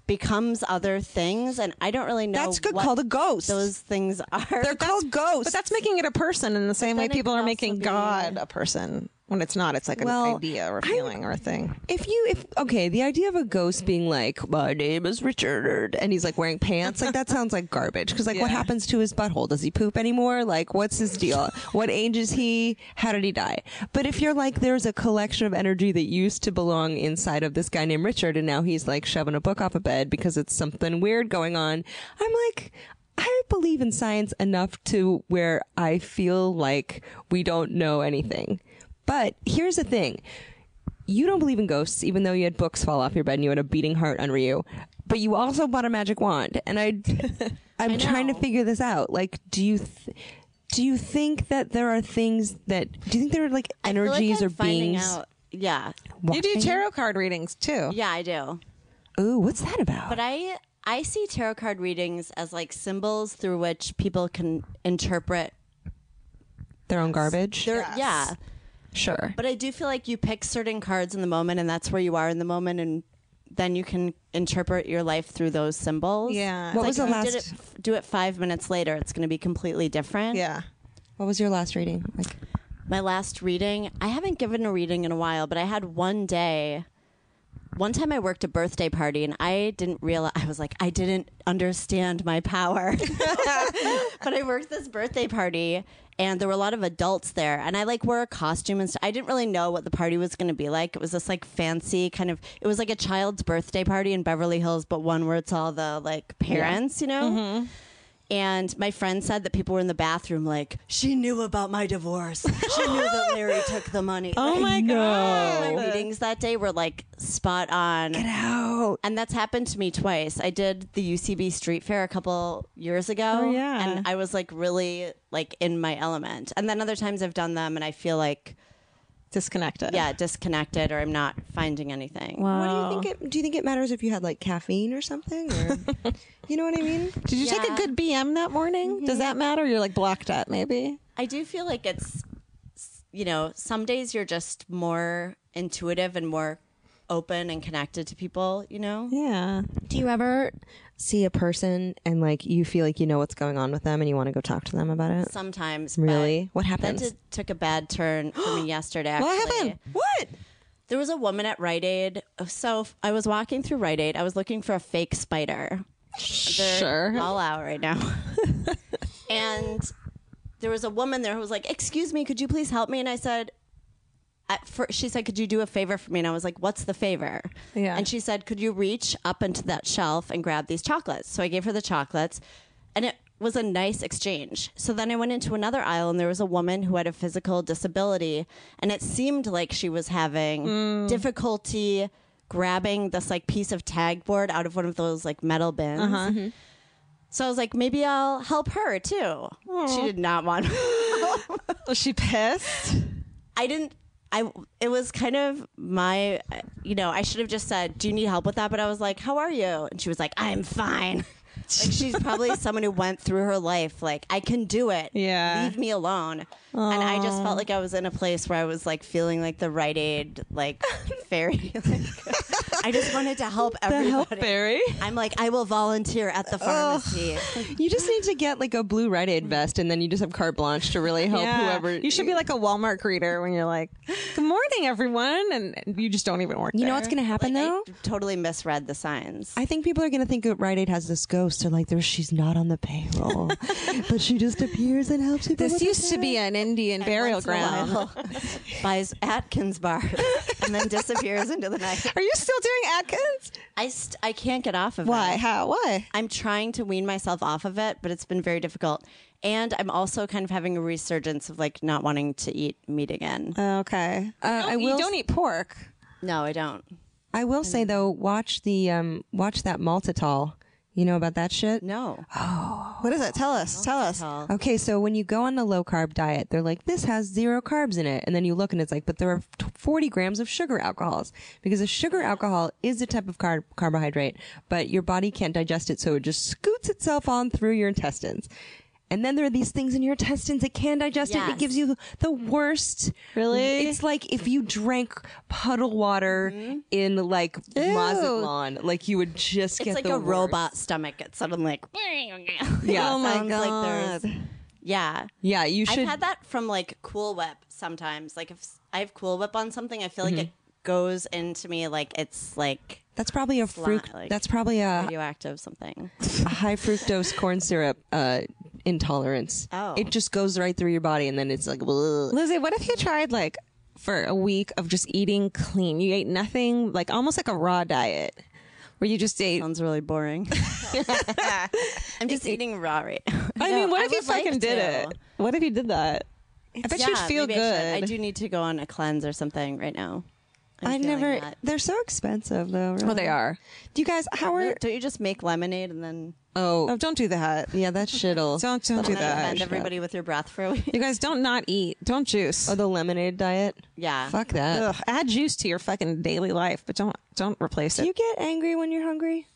Speaker 7: becomes other things. And I don't really know.
Speaker 5: That's good-
Speaker 7: what
Speaker 5: called a ghost.
Speaker 7: Those things are.
Speaker 5: They're called ghosts.
Speaker 6: But that's making it a person in the same way
Speaker 7: then it
Speaker 6: people
Speaker 7: could
Speaker 6: are
Speaker 7: also
Speaker 6: making
Speaker 7: be-
Speaker 6: God a person when it's not. It's like an
Speaker 5: Well,
Speaker 6: idea or a
Speaker 5: I-
Speaker 6: feeling or a thing.
Speaker 5: if you if okay, the idea of a ghost being like, My name is Richard and he's like wearing pants, like that sounds like garbage. Because like what
Speaker 6: Yeah.
Speaker 5: happens to his butthole? Does he poop anymore? Like what's his deal? what age is he? How did he die? But if you're like there's a collection of energy that used to belong inside of this guy named Richard and now he's like shoving a book off a bed because it's something weird going on, I'm like I believe in science enough to where I feel like we don't know anything. But here's the thing you don't believe in ghosts, even though you had books fall off your bed and you had a beating heart under you. But you also bought a magic wand, and I, I'm trying to figure this out. Like, do you, th- do you think that there are things that do you think there are like
Speaker 7: I feel like
Speaker 5: energies
Speaker 7: I'm
Speaker 5: or
Speaker 7: finding
Speaker 5: beings?
Speaker 7: out- Yeah.
Speaker 6: You do tarot card readings too.
Speaker 7: Yeah, I do.
Speaker 5: Ooh, what's that about?
Speaker 7: But I I see tarot card readings as like symbols through which people can interpret
Speaker 5: Their own garbage.
Speaker 7: their yeah.
Speaker 5: sure.
Speaker 7: But I do feel like you pick certain cards in the moment and that's where you are in the moment and then you can interpret your life through those symbols.
Speaker 6: Yeah.
Speaker 7: It's
Speaker 5: What
Speaker 7: like
Speaker 5: was
Speaker 7: if
Speaker 5: the
Speaker 7: you did
Speaker 5: last-
Speaker 7: it, do it 5 minutes later, it's going to be completely different.
Speaker 6: Yeah.
Speaker 5: What was your last reading? Like,
Speaker 7: my last reading. I haven't given a reading in a while, but I had one day. One time I worked a birthday party and I didn't realize, I was like, I didn't understand my power. but I worked this birthday party and there were a lot of adults there and I like wore a costume and stuff. I didn't really know what the party was going to be like. It was this like fancy kind of, it was like a child's birthday party in Beverly Hills, but one where it's all the like parents, you know? And my friend said that people were in the bathroom like, she knew about my divorce. She knew that Larry took the money. Oh my God. My readings that day were like spot on. Get out. And that's happened to me twice. I did the UCB Street Fair a couple years ago.
Speaker 6: yeah.
Speaker 7: And I was like really like in my element. And then other times I've done them and I feel like
Speaker 6: disconnected.
Speaker 7: yeah, disconnected or I'm not finding anything.
Speaker 5: uh,
Speaker 8: What do you think? It, do you think it matters if you had like caffeine or something? Or, you know what I mean? Mm-hmm.
Speaker 6: Did you take a good BM that morning? Does that matter? You're like blocked out, maybe.
Speaker 7: I do feel like it's, you know, some days you're just more intuitive and more open and connected to people, you know?
Speaker 6: Yeah.
Speaker 5: Do you ever see a person and like you feel like you know what's going on with them and you want to go talk to them about it?
Speaker 7: Sometimes. but
Speaker 5: Really? What
Speaker 7: That
Speaker 5: happens?
Speaker 7: did, took a bad turn for me yesterday. Actually.
Speaker 6: What happened? What?
Speaker 7: There was a woman at Rite Aid. So f- I was walking through Rite Aid. I was looking for a fake spider. They're
Speaker 5: Sure.
Speaker 7: all out right now. and there was a woman there who was like, "Excuse me, could you please help me?" And I said, I, for, "She said, could you do a favor for me?" And I was like, "What's the favor?"
Speaker 6: Yeah.
Speaker 7: And she said, "Could you reach up into that shelf and grab these chocolates?" So I gave her the chocolates, and it was a nice exchange. So then I went into another aisle, and there was a woman who had a physical disability, and it seemed like she was having difficulty grabbing this like piece of tag board out of one of those like metal bins. So I was like, maybe I'll help her too. She did not want.
Speaker 6: Was she pissed?
Speaker 7: I didn't. I. It was kind of my. You know, I should have just said, "Do you need help with that?" But I was like, "How are you?" And she was like, "I'm fine." like she's probably someone who went through her life like, "I can do it."
Speaker 6: Yeah.
Speaker 7: Leave me alone. And I just felt like I was in a place where I was like feeling like the Rite Aid like fairy. Like, I just wanted to help everybody.
Speaker 5: Barry.
Speaker 7: I'm like, I will volunteer at the pharmacy.
Speaker 5: You just need to get like a blue Rite Aid vest and then you just have carte blanche to really help whoever.
Speaker 6: You should be like a Walmart greeter when you're like, "Good morning, everyone," and and you just don't even work.
Speaker 5: You know what's going to happen
Speaker 7: Like,
Speaker 5: though?
Speaker 7: I totally misread the signs.
Speaker 5: I think people are going to think that Rite Aid has this ghost. They're like, there, she's not on the payroll, but she just appears and helps people.
Speaker 6: This used to be an Indian burial
Speaker 7: once in a
Speaker 6: ground.
Speaker 7: while, buys Atkins bars and then disappears into the night.
Speaker 6: Are you still doing Atkins?
Speaker 7: I st- I can't get off of
Speaker 6: Why?
Speaker 7: it.
Speaker 6: How? Why?
Speaker 7: I'm trying to wean myself off of it, but it's been very difficult. And I'm also kind of having a resurgence of like not wanting to eat meat again.
Speaker 6: Okay.
Speaker 5: Uh, I will.
Speaker 6: You don't e eat pork.
Speaker 7: No, I don't.
Speaker 5: I will say though, watch the um, watch that maltitol. You know about that shit?
Speaker 7: No.
Speaker 6: What is it? Tell us. Tell us.
Speaker 5: Okay, so when you go on the low carb diet, they're like, this has zero carbs in it. And then you look and it's like, but there are t- 40 grams of sugar alcohols because a sugar alcohol is a type of carb- carbohydrate, but your body can't digest it. So it just scoots itself on through your intestines. And then there are these things in your intestines that can digest it. It
Speaker 7: Yes.
Speaker 5: gives you the worst. Really? It's like if you drank puddle water
Speaker 7: Mm-hmm.
Speaker 5: in like Mazatlan, like you would just
Speaker 7: It's
Speaker 5: get
Speaker 7: like
Speaker 5: the
Speaker 7: a
Speaker 5: worst.
Speaker 7: robot stomach. It's suddenly like
Speaker 5: Yeah.
Speaker 7: Oh
Speaker 5: Oh
Speaker 7: my Sounds like there's Yeah.
Speaker 5: yeah, you should.
Speaker 7: I've had that from like Cool Whip sometimes. Like if s- I have Cool Whip on something, I feel like it goes into me like it's like
Speaker 5: that's probably a
Speaker 7: lot
Speaker 5: fruit.
Speaker 7: like-
Speaker 5: that's probably
Speaker 7: Uh,
Speaker 5: a
Speaker 7: radioactive something.
Speaker 5: a high fructose corn syrup uh, intolerance.
Speaker 7: Oh.
Speaker 5: It just goes right through your body, and then it's like, "Ugh."
Speaker 6: Lizzie, what if you tried like for a week of just eating clean? You ate nothing, like almost like a raw diet, where you just ate.
Speaker 7: Sounds really boring. I'm just eating raw right now.
Speaker 6: I mean, what if you
Speaker 7: would like
Speaker 6: fucking did
Speaker 7: to.
Speaker 6: it? What if you did that? I bet you'd
Speaker 7: Yeah,
Speaker 6: feel
Speaker 7: maybe I should.
Speaker 6: good.
Speaker 7: I, do need to go on a cleanse or something right now. I'm
Speaker 5: I
Speaker 7: feeling
Speaker 5: never.
Speaker 7: that.
Speaker 5: They're so expensive, though. Really.
Speaker 6: Well, they are.
Speaker 5: Do you guys? How are?
Speaker 7: Don't you just make lemonade and then
Speaker 5: Oh,
Speaker 6: Oh, don't do that.
Speaker 5: yeah, that shit'll.
Speaker 6: Don't don't do
Speaker 7: and then
Speaker 6: that.
Speaker 7: offend everybody with your breath for a week?
Speaker 6: You guys don't not eat. Don't juice.
Speaker 5: Oh, the lemonade diet.
Speaker 7: Yeah.
Speaker 5: Fuck that.
Speaker 6: Ugh, add juice to your fucking daily life, but don't don't replace
Speaker 5: Do
Speaker 6: it.
Speaker 5: you get angry when you're hungry,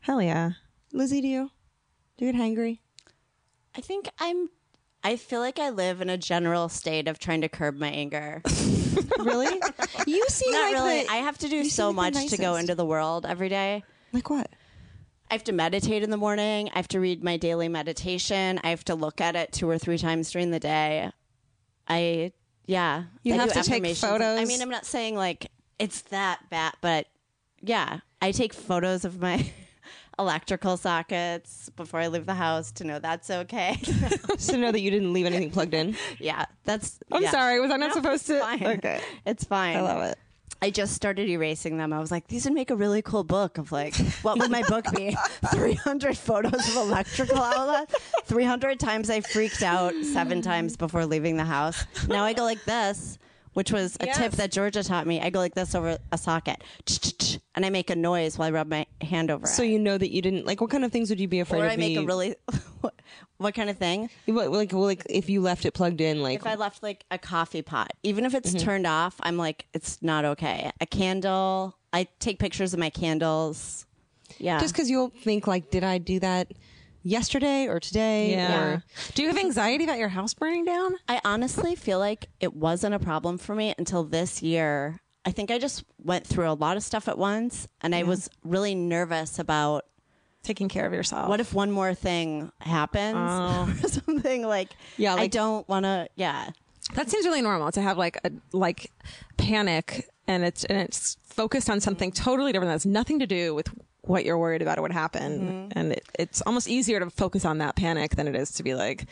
Speaker 6: Hell yeah.
Speaker 5: Lizzie? Do you? Do you get hangry?
Speaker 7: I think I'm. I feel like I live in a general state of trying to curb my anger.
Speaker 5: Really? you seem
Speaker 7: Not
Speaker 5: like
Speaker 7: really.
Speaker 5: the-
Speaker 7: I have to
Speaker 5: you
Speaker 7: do
Speaker 5: seem
Speaker 7: so
Speaker 5: like the
Speaker 7: much to go
Speaker 5: nicest.
Speaker 7: into the world every day.
Speaker 5: like what?
Speaker 7: I have to meditate in the morning. I have to read my daily meditation. I have to look at it two or three times during the day. I yeah.
Speaker 6: You
Speaker 7: I
Speaker 6: have
Speaker 7: do
Speaker 6: to take
Speaker 7: affirmations. I
Speaker 6: photos.
Speaker 7: mean, I'm not saying like it's that bad, but yeah, I take photos of my electrical sockets before I leave the house to know that's okay.
Speaker 5: so know that you didn't leave anything plugged in.
Speaker 7: yeah, that's.
Speaker 6: I'm
Speaker 7: yeah.
Speaker 6: sorry. Was I not supposed to?
Speaker 7: Fine.
Speaker 6: Okay.
Speaker 7: It's fine.
Speaker 6: I love it.
Speaker 7: I just started erasing them. I was like, these would make a really cool book of like, what would my book be? 300 photos of electrical outlets. 300 times I freaked out seven times before leaving the house. Now I go like this. which was a tip that Georgia taught me. I go like this over a socket, ch-ch-ch, and I make a noise while I rub my hand over
Speaker 5: So
Speaker 7: it.
Speaker 5: you know that you didn't like. What kind of things would you be afraid
Speaker 7: or
Speaker 5: of?
Speaker 7: I make a
Speaker 5: being-
Speaker 7: really what, what kind of thing?
Speaker 5: What- like like if you left it plugged in like
Speaker 7: If I left like a coffee pot, even if it's
Speaker 5: Mm-hmm.
Speaker 7: turned off, I'm like it's not okay. A candle. I take pictures of my candles. Yeah.
Speaker 5: just because you'll think like did I do that yesterday or today?
Speaker 6: Yeah.
Speaker 5: Or,
Speaker 6: Do you have anxiety about your house burning down?
Speaker 7: I honestly feel like it wasn't a problem for me until this year. I think I just went through a lot of stuff at once and I was really nervous about
Speaker 6: Taking care of
Speaker 5: Oh.
Speaker 6: yourself.
Speaker 7: what if one more thing happens or something like
Speaker 5: Yeah,
Speaker 7: I
Speaker 5: like-
Speaker 7: don't want to yeah.
Speaker 6: That seems really normal to have like a like panic and it's and it's focused on something totally different that's nothing to do with what you're worried about or what happened.
Speaker 7: Mm-hmm.
Speaker 6: And it, it's almost easier to focus on that panic than it is to be like,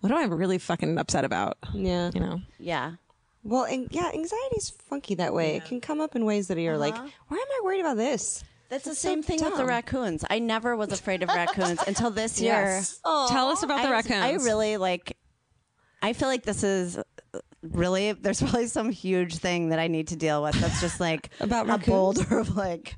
Speaker 6: what am I really fucking upset about?
Speaker 5: yeah.
Speaker 6: You know.
Speaker 7: Yeah.
Speaker 5: Well, and
Speaker 8: Yeah, anxiety's funky that way. It can come up in ways that you're like,
Speaker 6: Uh-huh.
Speaker 8: why am I worried about this?
Speaker 7: That's the same thing with the raccoons. I never was afraid of raccoons until this year.
Speaker 6: Tell us about the
Speaker 7: I was-
Speaker 6: raccoons.
Speaker 7: I really like. I feel like this is really. There's probably some huge thing that I need to deal with. That's just like
Speaker 5: About
Speaker 7: a
Speaker 5: raccoons?
Speaker 7: boulder of like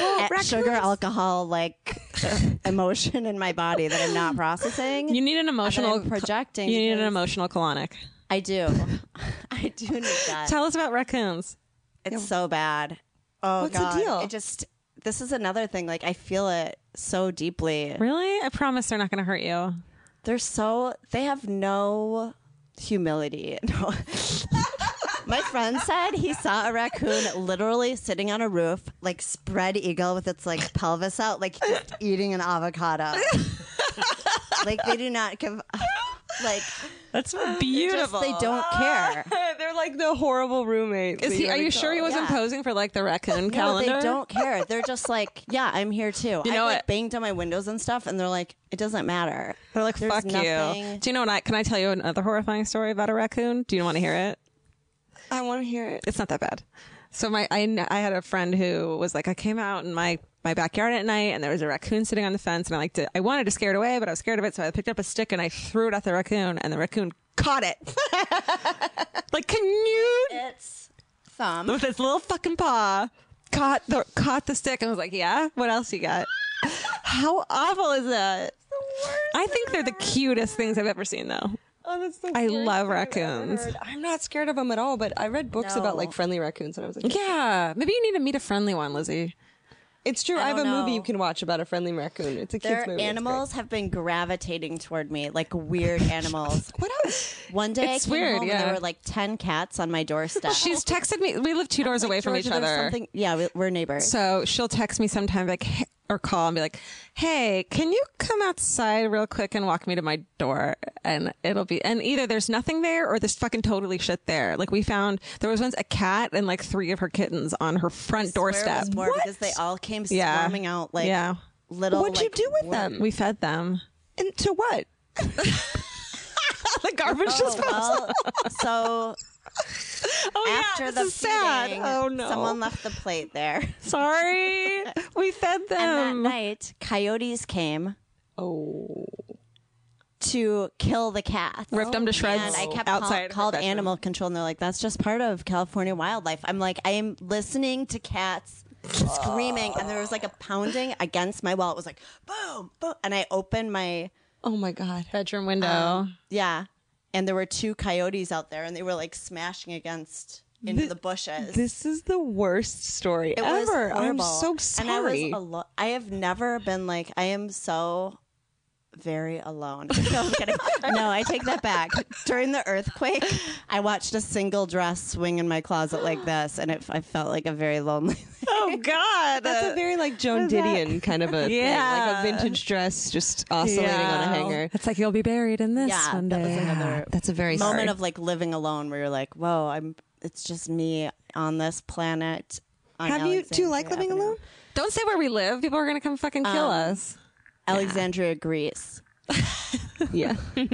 Speaker 7: at- sugar, alcohol, like emotion in my body that I'm not processing.
Speaker 6: You need an emotional
Speaker 7: projecting
Speaker 6: You need an
Speaker 7: because-
Speaker 6: emotional colonic.
Speaker 7: I do. I do need that.
Speaker 6: Tell us about raccoons.
Speaker 7: It's so bad. Oh
Speaker 5: What's the
Speaker 7: god.
Speaker 5: deal?
Speaker 7: It just. This is another thing. Like I feel it so deeply.
Speaker 6: Really? I promise they're not going to hurt you.
Speaker 7: They're so they have no humility. No. My friend said he saw a raccoon literally sitting on a roof, like spread eagle with its like pelvis out, like just eating an avocado. like they do not give like
Speaker 6: That's
Speaker 7: they just-
Speaker 6: beautiful.
Speaker 7: they don't care.
Speaker 5: they're like the horrible roommates.
Speaker 6: Is
Speaker 5: that
Speaker 6: he, are
Speaker 5: wanna
Speaker 6: you sure he
Speaker 5: kill.
Speaker 6: wasn't
Speaker 7: Yeah.
Speaker 6: posing for like the raccoon
Speaker 7: No, they
Speaker 6: calendar?
Speaker 7: don't care. They're just like, yeah, I'm here too. I
Speaker 6: know
Speaker 7: like
Speaker 6: what?
Speaker 7: banged on my windows and stuff, and they're like, it doesn't matter.
Speaker 6: They're like,
Speaker 7: There's
Speaker 6: fuck you.
Speaker 7: nothing-
Speaker 6: Do you know what I can I tell you another horrifying story about a raccoon? Do you want to hear it?
Speaker 5: I want to hear it.
Speaker 6: It's not that bad. So my I, kn- I had a friend who was like I came out in my my backyard at night and there was a raccoon sitting on the fence and I like to I wanted to scare it away but I was scared of it so I picked up a stick and I threw it at the raccoon and the raccoon caught it. like can you
Speaker 7: It's thumb.
Speaker 6: with its little fucking paw caught the caught the stick and was like yeah what else you got? How awful is that? I think they're the cutest things I've ever seen though.
Speaker 5: Oh, that's the
Speaker 6: I love
Speaker 5: worst thing I've ever
Speaker 6: raccoons.
Speaker 5: heard. I'm not scared of them at all, but I read books about like friendly raccoons when I was like,
Speaker 6: Yeah, maybe you need to meet a friendly one, Lizzie.
Speaker 5: it's true. I, have a
Speaker 7: don't
Speaker 5: movie
Speaker 7: know.
Speaker 5: you can watch about a friendly raccoon. It's a kids
Speaker 7: Their
Speaker 5: movie. It's great.
Speaker 7: animals have been gravitating toward me, like weird animals.
Speaker 5: What else?
Speaker 7: One day
Speaker 6: It's
Speaker 7: I came
Speaker 6: weird,
Speaker 7: home
Speaker 6: yeah.
Speaker 7: and there were like ten cats on my doorstep.
Speaker 6: She's texted me. We live two doors away from
Speaker 7: Georgia,
Speaker 6: each
Speaker 7: there's
Speaker 6: other.
Speaker 7: something- yeah, we, we're neighbors.
Speaker 6: So she'll text me sometime like "Hey," or call and be like, "Hey, can you come outside real quick and walk me to my door?" And it'll be and either there's nothing there or there's fucking totally shit there. Like we found there was once a cat and like three of her kittens on her front
Speaker 7: Where
Speaker 6: doorstep.
Speaker 7: was more because they all came
Speaker 6: Yeah.
Speaker 7: swarming out like
Speaker 6: Yeah.
Speaker 7: little.
Speaker 5: What'd you
Speaker 7: like,
Speaker 5: do with
Speaker 7: wor-
Speaker 5: them?
Speaker 6: We fed them.
Speaker 5: And to what?
Speaker 6: The garbage
Speaker 7: Oh, well, so
Speaker 6: Oh
Speaker 7: after
Speaker 6: yeah,
Speaker 7: the
Speaker 6: this is sad.
Speaker 7: feeding,
Speaker 6: Oh no.
Speaker 7: someone left the plate there.
Speaker 6: Sorry, we fed
Speaker 7: and
Speaker 6: them.
Speaker 7: that night, coyotes came
Speaker 5: Oh,
Speaker 7: to kill the cats.
Speaker 6: Ripped them to shreds
Speaker 7: And I kept
Speaker 6: outside.
Speaker 7: outside
Speaker 6: her
Speaker 7: called
Speaker 6: bedroom.
Speaker 7: animal control, and they're like, "That's just part of California wildlife." I'm like, I am listening to cats screaming, and there was like a pounding against my wall. It was like boom, boom, and I opened my
Speaker 5: oh my god. Um,
Speaker 6: bedroom window.
Speaker 7: yeah, and there were two coyotes out there, and they were like smashing against into the, bushes.
Speaker 5: This is the worst story
Speaker 7: it was
Speaker 5: ever. I'm
Speaker 7: horrible.
Speaker 5: so
Speaker 7: And I was
Speaker 5: sorry.
Speaker 7: alo- I have never been like I am so very alone. No, I'm kidding. no, I take that back. During the earthquake, I watched a single dress swing in my closet like this, and it, I felt like a very lonely.
Speaker 6: Oh God,
Speaker 5: That's a very like Joan Didion kind of a
Speaker 6: Yeah.
Speaker 5: thing, like a vintage dress just oscillating on a hanger.
Speaker 6: It's like you'll be buried in this
Speaker 7: yeah,
Speaker 6: one
Speaker 7: that was
Speaker 6: day.
Speaker 7: another
Speaker 5: That's a very
Speaker 7: moment
Speaker 5: sorry.
Speaker 7: of like living alone, where you're like, "Whoa, I'm. It's just me on this planet." on
Speaker 5: Have you- do you like
Speaker 7: Alexandria
Speaker 5: living
Speaker 7: Avenue."
Speaker 5: alone?
Speaker 7: Um,
Speaker 6: Don't say where we live. People are gonna come fucking kill us.
Speaker 7: Alexandria, Greece.
Speaker 5: Yeah.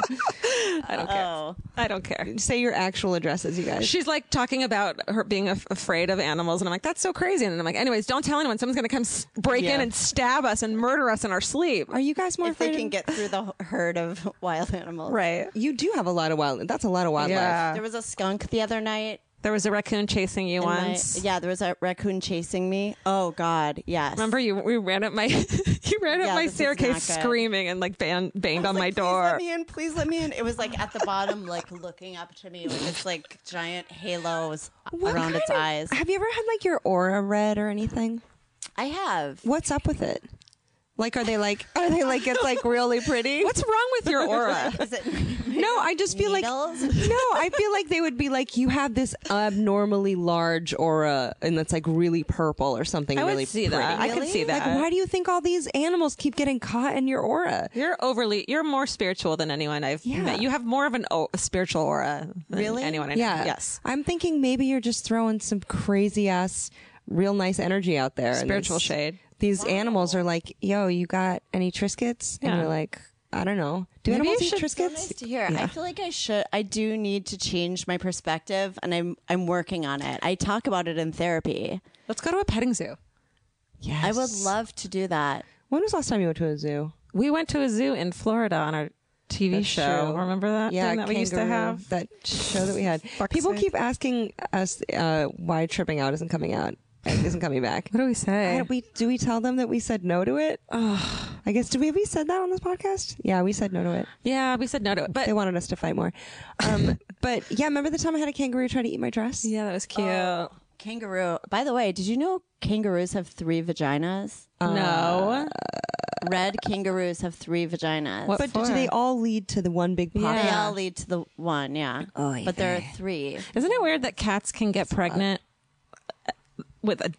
Speaker 5: I don't care.
Speaker 7: Oh.
Speaker 6: I don't care.
Speaker 5: Say your actual addresses, you guys.
Speaker 6: She's like talking about her being af- afraid of animals, and I'm like, that's so crazy. And I'm like, anyways, don't tell anyone. Someone's gonna come s- break in
Speaker 5: Yeah.
Speaker 6: and stab us and murder us in our sleep.
Speaker 5: Are you guys more
Speaker 7: If they
Speaker 5: afraid
Speaker 7: can
Speaker 5: of-
Speaker 7: get through the herd of wild animals.
Speaker 6: right?
Speaker 5: You do have a lot of wild. That's a lot of wildlife.
Speaker 6: Yeah.
Speaker 7: There was a skunk the other night.
Speaker 6: There was a raccoon chasing you
Speaker 7: and my-
Speaker 6: once.
Speaker 7: yeah, there was a raccoon chasing me. Oh God, yes.
Speaker 6: Remember you? We ran up my, you ran up
Speaker 7: Yeah,
Speaker 6: my
Speaker 7: this is
Speaker 6: staircase
Speaker 7: not good.
Speaker 6: screaming and like bang, banged on
Speaker 7: was
Speaker 6: my
Speaker 7: like,
Speaker 6: door.
Speaker 7: Please let me in. Please let me in. It was like at the bottom, like looking up to me with its like giant halos around its
Speaker 5: kind of-
Speaker 7: eyes.
Speaker 5: Have you ever had like your aura read or anything?
Speaker 7: I have.
Speaker 5: What's up with it? Like, are they like, are they like, it's like really pretty?
Speaker 6: What's wrong with your aura?
Speaker 7: Is it?
Speaker 5: no, I just feel
Speaker 7: Needles?
Speaker 5: like, no, I feel like they would be like, you have this abnormally large aura and that's like really purple or something
Speaker 6: I would
Speaker 5: really
Speaker 6: see
Speaker 5: pretty.
Speaker 6: that. I could see that.
Speaker 5: Like, why do you think all these animals keep getting caught in your aura?
Speaker 6: You're overly. You're more spiritual than anyone I've
Speaker 5: Yeah.
Speaker 6: met. You have more of an o- a spiritual aura than
Speaker 7: Really?
Speaker 6: anyone I know.
Speaker 5: Yeah.
Speaker 6: Yes.
Speaker 5: I'm thinking maybe you're just throwing some crazy ass, real nice energy out there. and
Speaker 6: Spiritual
Speaker 5: it's-
Speaker 6: shade.
Speaker 5: These animals are like, yo, you got any Triscuits? And
Speaker 6: Yeah.
Speaker 5: you're like, I don't know. Do
Speaker 6: Maybe
Speaker 5: animals
Speaker 6: I
Speaker 5: eat
Speaker 6: should-
Speaker 5: Triscuits?
Speaker 7: Nice to hear. I feel like I should. I do need to change my perspective, and I'm I'm working on it. I talk about it in therapy.
Speaker 6: Let's go to a petting zoo.
Speaker 5: Yes.
Speaker 7: I would love to do that.
Speaker 5: When was the last time you went to a zoo?
Speaker 6: We went to a zoo in Florida on our TV show.
Speaker 5: true.
Speaker 6: Remember that?
Speaker 5: Yeah,
Speaker 6: thing that we used to
Speaker 5: kangaroo,
Speaker 6: have.
Speaker 5: that show that we had. People
Speaker 6: sake.
Speaker 5: keep asking us uh, why tripping out isn't coming out, isn't coming back.
Speaker 6: What do we say?
Speaker 5: I- we do we tell them that we said no to it? I guess did we have we said that on this podcast? Yeah, we said no to it.
Speaker 6: yeah, we said no to it, but
Speaker 5: They wanted us to fight more. Um, but yeah, remember the time I had a kangaroo try to eat my dress?
Speaker 6: yeah, that was cute.
Speaker 5: uh,
Speaker 7: Kangaroo. By the way, did you know kangaroos have three vaginas?
Speaker 6: no,
Speaker 5: uh,
Speaker 7: Red kangaroos have three vaginas.
Speaker 5: but do they all lead to the one big pop?
Speaker 7: They all lead to the one, yeah. Oh, but there are three.
Speaker 6: isn't it weird that cats can
Speaker 5: uh,
Speaker 6: get pregnant with a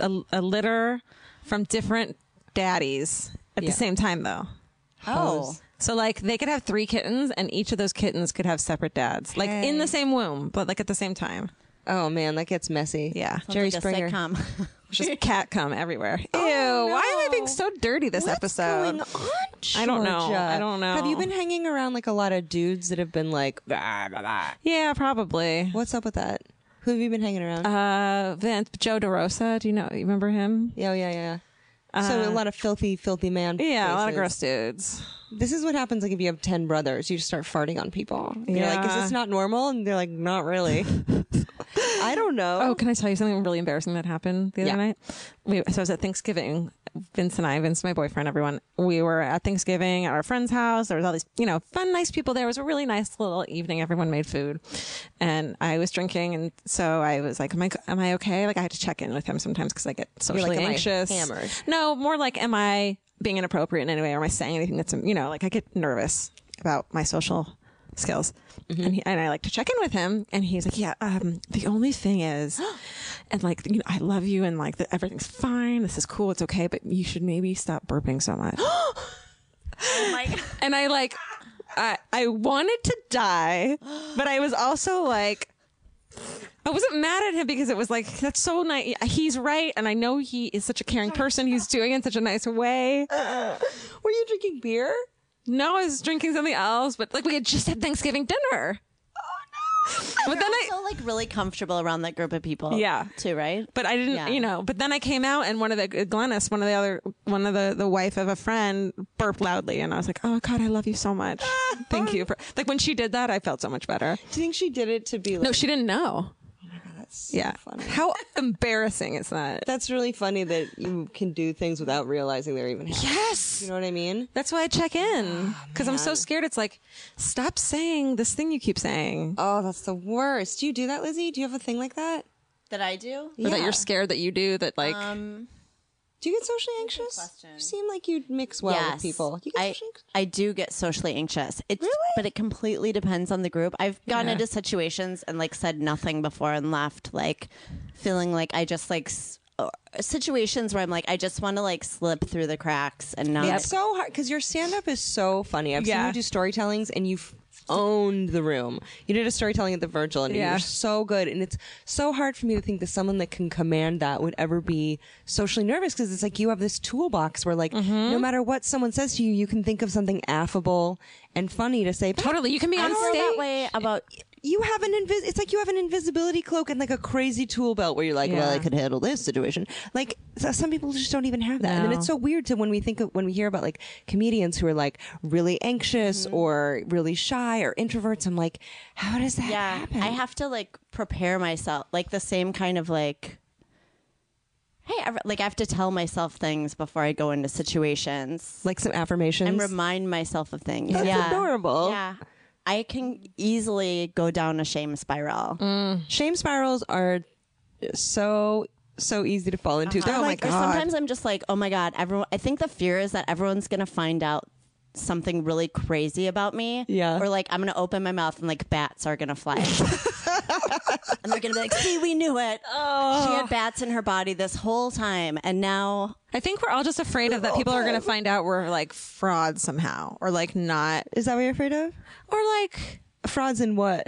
Speaker 6: a, a litter from different daddies at the same time, though?
Speaker 7: Oh,
Speaker 6: So like they could have three kittens, and each of those kittens could have separate dads, like in the same womb, but like at the same time.
Speaker 5: Oh man, that gets messy.
Speaker 6: Yeah,
Speaker 7: sounds
Speaker 5: Jerry
Speaker 7: like
Speaker 5: Springer.
Speaker 7: A sitcom.
Speaker 6: just cat cum everywhere. Ew! Why am I being so dirty this episode?
Speaker 5: Oh, going on,
Speaker 6: I don't know.
Speaker 5: Georgia?
Speaker 6: I don't know.
Speaker 5: Have you been hanging around like a lot of dudes that have been like, "Blah, blah, blah."
Speaker 6: Yeah, probably.
Speaker 5: what's up with that? Who have you been hanging around?
Speaker 6: Uh, Vince Joe DeRosa. Do you know? You remember him?
Speaker 5: yeah, oh, yeah, yeah. so a lot of filthy, filthy man.
Speaker 6: uh, Yeah, a lot of
Speaker 5: faces.
Speaker 6: gross dudes.
Speaker 5: This is what happens. Like if you have ten brothers, you just start farting on people. You're like, is
Speaker 6: Yeah.
Speaker 5: this not normal? And they're like, not really. I don't know.
Speaker 6: Oh, can I tell you something really embarrassing that happened the other
Speaker 5: Yeah.
Speaker 6: night? We, so I was at Thanksgiving. Vince and I, Vince, my boyfriend, everyone, we were at Thanksgiving at our friend's house. There was all these, you know, fun, nice people there. It was a really nice little evening. Everyone made food, and I was drinking, and so I was like, "Am I am I okay?" Like I had to check in with him sometimes because I get socially
Speaker 5: "Am I
Speaker 6: anxious.
Speaker 5: hammered?"
Speaker 6: No, more like, "Am I being inappropriate in any way? Or am I saying anything that's you know, like I get nervous about my social skills. And, he, and I like to check in with him, and he's like, "Yeah, um, the only thing is, and like, you know, I love you, and like, the, everything's fine. This is cool. It's okay, but you should maybe stop burping so much." and I like, I I wanted to die, but I was also like. I wasn't mad at him because it was like that's so nice. He's right, and I know he is such a caring person. He's doing it in such a nice way.
Speaker 5: Were you drinking beer?
Speaker 6: No, I was drinking something else, but like we had just had Thanksgiving dinner. Oh no! But then I,
Speaker 7: also like really comfortable around that group of people.
Speaker 6: Yeah.
Speaker 7: too right.
Speaker 6: but I didn't,
Speaker 7: Yeah.
Speaker 6: you know. But then I came out, and one of the uh, Glennis, one of the other, one of the the wife of a friend, burped loudly, and I was like, "Oh God, I love you so much. Thank you for like when she did that, I felt so much better.
Speaker 5: Do you think she did it to be like?
Speaker 6: No, she didn't know.
Speaker 5: that's
Speaker 6: Yeah,
Speaker 5: funny.
Speaker 6: how embarrassing is that?
Speaker 5: That's really funny that you can do things without realizing they're even happening.
Speaker 6: Yes. Oh,
Speaker 5: You know what I mean?
Speaker 6: That's why I check in because I'm so scared. It's like, stop saying this thing you keep saying,
Speaker 5: Oh, that's the worst. Do you do that, Lizzie? Do you have a thing like that?
Speaker 7: That I do.
Speaker 6: or that you're scared that you do. That like,
Speaker 5: Do you get socially anxious? You seem like you mix well with people. You get
Speaker 7: I,
Speaker 5: socially anxious?
Speaker 7: I do get socially anxious. It's, But it completely depends on the group. I've gone into situations and like said nothing before and left, like feeling like I just like s- uh, situations where I'm like, I just want to like slip through the cracks and not.
Speaker 5: It's so hard because your stand up is so funny. I've
Speaker 6: Yeah.
Speaker 5: seen you do storytellings and you f- owned the room. You did a storytelling at the Virgil, and
Speaker 9: Yeah.
Speaker 5: you're so good. And it's so hard for me to think that someone that can command that would ever be socially nervous because it's like you have this toolbox where, like, no matter what someone says to you, you can think of something affable and funny to say.
Speaker 6: Totally. You can be on
Speaker 7: feel that
Speaker 6: stage.
Speaker 7: way about
Speaker 5: You have an invis. It's like you have an invisibility cloak and like a crazy tool belt where you're like, well, I could handle this situation. Like so some people just don't even have that, and then it's so weird to when we think of when we hear about like comedians who are like really anxious
Speaker 7: Mm-hmm.
Speaker 5: or really shy or introverts. I'm like, how does that
Speaker 7: yeah
Speaker 5: happen?
Speaker 7: i have to like prepare myself like the same kind of like hey I, like i have to tell myself things before i go into situations
Speaker 5: like some affirmations.
Speaker 7: and remind myself of things
Speaker 5: That's
Speaker 7: yeah
Speaker 5: adorable.
Speaker 7: yeah i can easily go down a shame spiral
Speaker 5: Shame spirals are so so easy to fall into. They're oh
Speaker 7: Or,
Speaker 5: like
Speaker 7: Uh-huh.
Speaker 5: "Ah."
Speaker 7: like, or sometimes i'm just like oh my god everyone i think the fear is that everyone's gonna find out something really crazy about me
Speaker 5: Yeah.
Speaker 7: or like i'm gonna open my mouth and like bats are gonna fly and they're gonna be like see we knew it she had bats in her body this whole time and now
Speaker 6: I think we're all just afraid of that people are going to find out we're like,
Speaker 9: fraud somehow or like not
Speaker 5: is that what you're afraid of?
Speaker 6: or like,
Speaker 5: Frauds in what?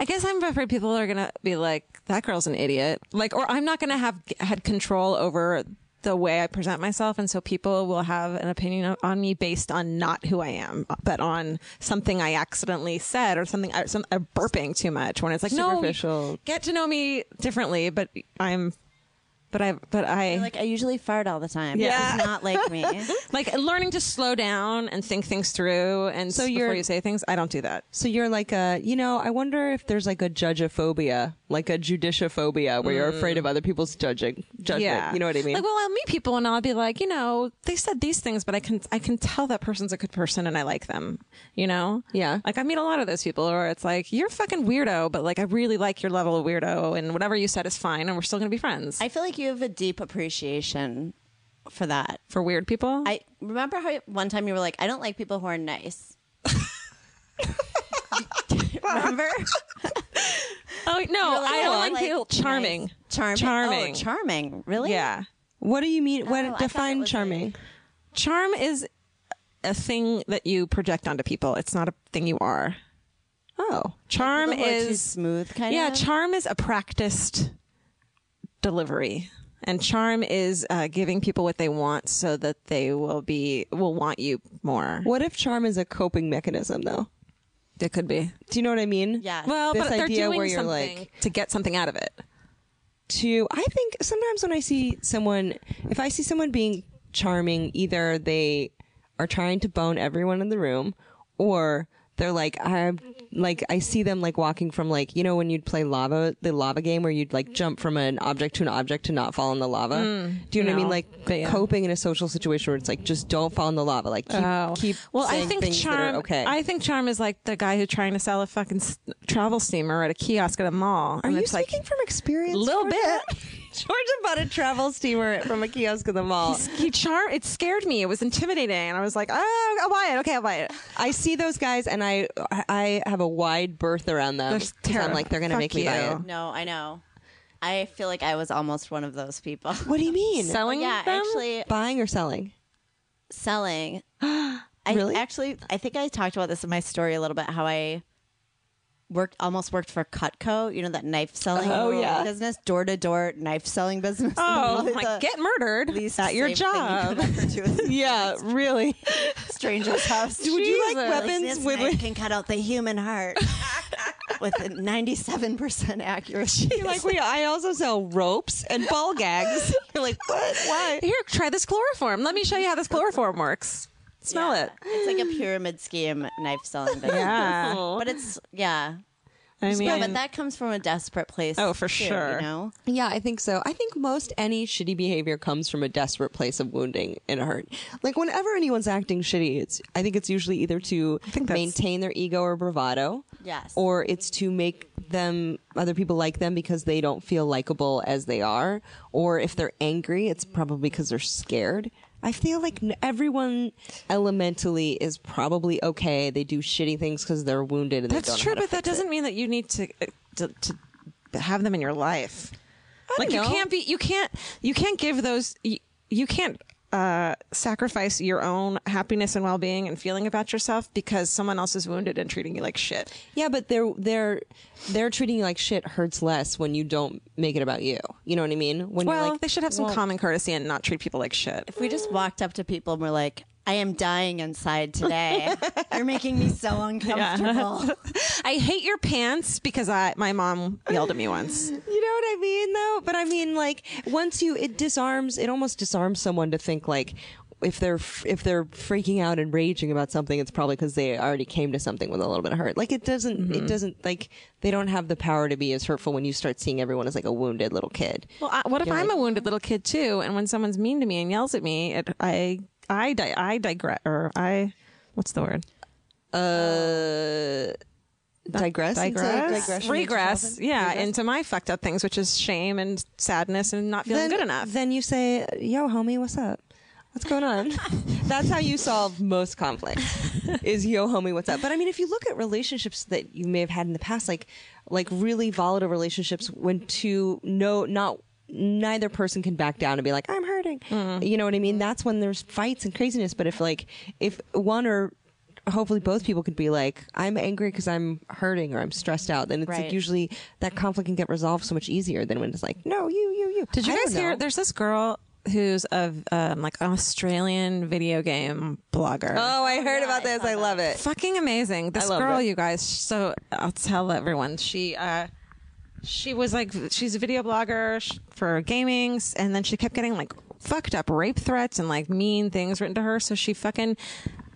Speaker 6: I guess I'm afraid people are going to be like, that girl's an idiot. Like, or I'm not going to have had control over the way I present myself. And so people will have an opinion o- on me based on not who I am, but on something I accidentally said or something, or some, or burping too much when it's like, no,
Speaker 5: Superficial.
Speaker 6: get to know me differently, but I'm, but I, but I,
Speaker 7: like i usually fart all the time yeah it's not like me
Speaker 6: like learning to slow down and think things through and so before
Speaker 5: you're-
Speaker 6: you say things i don't do that
Speaker 5: So you're like a, you know, I wonder if there's like a judgeophobia, like a judiciophobia, where you're afraid
Speaker 7: Mm.
Speaker 5: of other people's judging, judgment. You know what I mean?
Speaker 6: like well i'll meet people and i'll be like you know they said these things but i can i can tell that person's a good person and i like them you know
Speaker 5: Yeah.
Speaker 6: like i meet a lot of those people or it's like you're a fucking weirdo but like i really like your level of weirdo and whatever you said is fine and we're still gonna be friends
Speaker 7: i feel like you have a deep appreciation for that
Speaker 6: for weird people
Speaker 7: I remember how one time you were like, I don't like people who are nice. remember?
Speaker 6: oh
Speaker 7: You
Speaker 6: no
Speaker 7: were like,
Speaker 6: i don't like,
Speaker 7: nice-
Speaker 6: people charming
Speaker 7: Charming.
Speaker 6: charming
Speaker 7: Oh, charming. Really?
Speaker 6: yeah
Speaker 5: what do you mean?
Speaker 7: Oh, I
Speaker 5: What
Speaker 7: thought it
Speaker 5: define
Speaker 7: was
Speaker 5: charming?
Speaker 6: charm is a thing that you project onto people it's not a thing you are
Speaker 5: oh,
Speaker 6: charm
Speaker 7: People who are too
Speaker 6: is
Speaker 7: smooth kind
Speaker 6: yeah
Speaker 7: of.
Speaker 6: charm is a practiced delivery and charm is uh, giving people what they want so that they will be will want you more
Speaker 5: what if charm is a coping mechanism though?
Speaker 6: it could be
Speaker 5: Do you know what I mean?
Speaker 7: Yeah.
Speaker 6: well
Speaker 5: This
Speaker 6: but they're
Speaker 5: idea
Speaker 6: doing
Speaker 5: where you're
Speaker 6: something
Speaker 5: like-
Speaker 6: to get something out of it
Speaker 5: to I think sometimes when I see someone if I see someone being charming, either they are trying to bone everyone in the room or they're like I'm like I see them like walking from like you know when you'd play lava the lava game where you'd like jump from an object to an object to not fall in the lava.
Speaker 6: Mm,
Speaker 5: Do you know what I mean? Like coping in a social situation where it's like just don't fall in the lava. Like keep, keep
Speaker 6: Oh. well i
Speaker 5: saying
Speaker 6: think
Speaker 5: things that are
Speaker 6: charm
Speaker 5: okay.
Speaker 6: i think charm is like the guy who's trying to sell a fucking s- travel steamer at a kiosk at a mall
Speaker 5: are
Speaker 6: and
Speaker 5: you
Speaker 6: it's like
Speaker 5: speaking from experience?
Speaker 6: a little bit
Speaker 5: George bought a travel steamer from a kiosk at the mall.
Speaker 6: he charm it scared me it was intimidating and i was like oh i'll buy it okay i'll buy it
Speaker 5: I see those guys and I I have a wide berth around them.
Speaker 6: They're
Speaker 5: 'cause I'm like they're gonna
Speaker 6: Fuck
Speaker 5: make me buy
Speaker 6: you.
Speaker 5: it.
Speaker 7: No, I know. I feel like I was almost one of those people.
Speaker 5: What do you mean?
Speaker 6: selling
Speaker 7: yeah,
Speaker 6: them
Speaker 7: actually
Speaker 5: Buying or selling?
Speaker 7: selling. I
Speaker 5: Really?
Speaker 7: actually I think I talked about this in my story a little bit how I worked almost worked for Cutco, you know that knife selling
Speaker 5: yeah.
Speaker 7: business, door to door knife selling business.
Speaker 6: Oh,
Speaker 7: The-
Speaker 6: like get murdered at your
Speaker 7: safe thing you
Speaker 6: job.
Speaker 7: could ever do in
Speaker 5: Yeah, really.
Speaker 7: a stranger's house.
Speaker 5: Would you like
Speaker 6: Jesus.
Speaker 5: weapons
Speaker 7: this
Speaker 5: with?
Speaker 7: knife can cut out the human heart with a 97% accuracy.
Speaker 5: like we, I also sell ropes and ball gags. You're like, what? Why?
Speaker 6: Here, try this chloroform. Let me show you how this chloroform works. Smell it.
Speaker 7: It's like a pyramid scheme knife selling business.
Speaker 6: Yeah.
Speaker 7: But it's, yeah.
Speaker 6: I
Speaker 7: yeah,
Speaker 6: mean,
Speaker 7: but that comes from a desperate place.
Speaker 6: Oh, for
Speaker 7: too,
Speaker 6: sure.
Speaker 7: You know?
Speaker 5: Yeah, I think so. I think most any shitty behavior comes from a desperate place of wounding and hurt. Like whenever anyone's acting shitty, it's I think it's usually either to maintain their ego or bravado.
Speaker 7: Yes.
Speaker 5: Or it's to make them other people like them because they don't feel likable as they are. Or if they're angry, it's probably because they're scared. I feel like n- everyone elementally is probably okay. They do shitty things because they're wounded and they
Speaker 6: that's
Speaker 5: don't
Speaker 6: true,
Speaker 5: know how to
Speaker 6: but that
Speaker 5: fix it.
Speaker 6: doesn't mean that you need to, uh, to to have them in your life. like you
Speaker 5: know.
Speaker 6: can't be you can't you can't give those you, you can't uh, sacrifice your own happiness and well being and feeling about yourself because someone else is wounded and treating you like shit.
Speaker 5: Yeah, but they're they're they're treating you like shit hurts less when you don't make it about you. You know what I mean? When
Speaker 6: Well,
Speaker 5: you're like,
Speaker 6: they should have some common courtesy and not treat people like shit.
Speaker 7: If we just walked up to people and were like, I am dying inside today. You're making me so uncomfortable.
Speaker 6: I hate your pants because I my mom yelled at me once.
Speaker 5: You know what I mean, though. But I mean, like once you it disarms, it almost disarms someone to think like if they're f- if they're freaking out and raging about something, it's probably because they already came to something with a little bit of hurt. Like it doesn't
Speaker 6: Mm-hmm.
Speaker 5: it doesn't like they don't have the power to be as hurtful when you start seeing everyone as like a wounded little kid.
Speaker 6: Well, I, what if I'm a wounded little kid too? And when someone's mean to me and yells at me, it, I I di- I digress or I what's the word?
Speaker 5: Uh, digress.
Speaker 6: Digress, regress, yeah, into my fucked up things, which is shame and sadness and not feeling
Speaker 5: then,
Speaker 6: good enough.
Speaker 5: Then you say, "Yo, homie, what's up? What's going on?" That's how you solve most conflict. is yo, homie, what's up? But I mean, if you look at relationships that you may have had in the past, like like really volatile relationships, when two no not neither person can back down and be like, "I'm hurting,"
Speaker 6: Mm-hmm.
Speaker 5: you know what I mean? That's when there's fights and craziness. But if like if one or hopefully both people could be like i'm angry because i'm hurting or i'm stressed out then it's like
Speaker 7: Right.
Speaker 5: usually that conflict can get resolved so much easier than when it's like no you you you
Speaker 6: Did you
Speaker 5: I
Speaker 6: guys
Speaker 5: don't know.
Speaker 6: hear? There's this girl who's of um, like an Australian video game blogger.
Speaker 5: Oh, I heard about this. I love it.
Speaker 6: fucking amazing. This
Speaker 5: loved
Speaker 6: girl,
Speaker 5: it.
Speaker 6: you guys. So I'll tell everyone. She uh, she was like she's a video blogger sh- for gaming, s- and then she kept getting like fucked up rape threats and like mean things written to her. So she fucking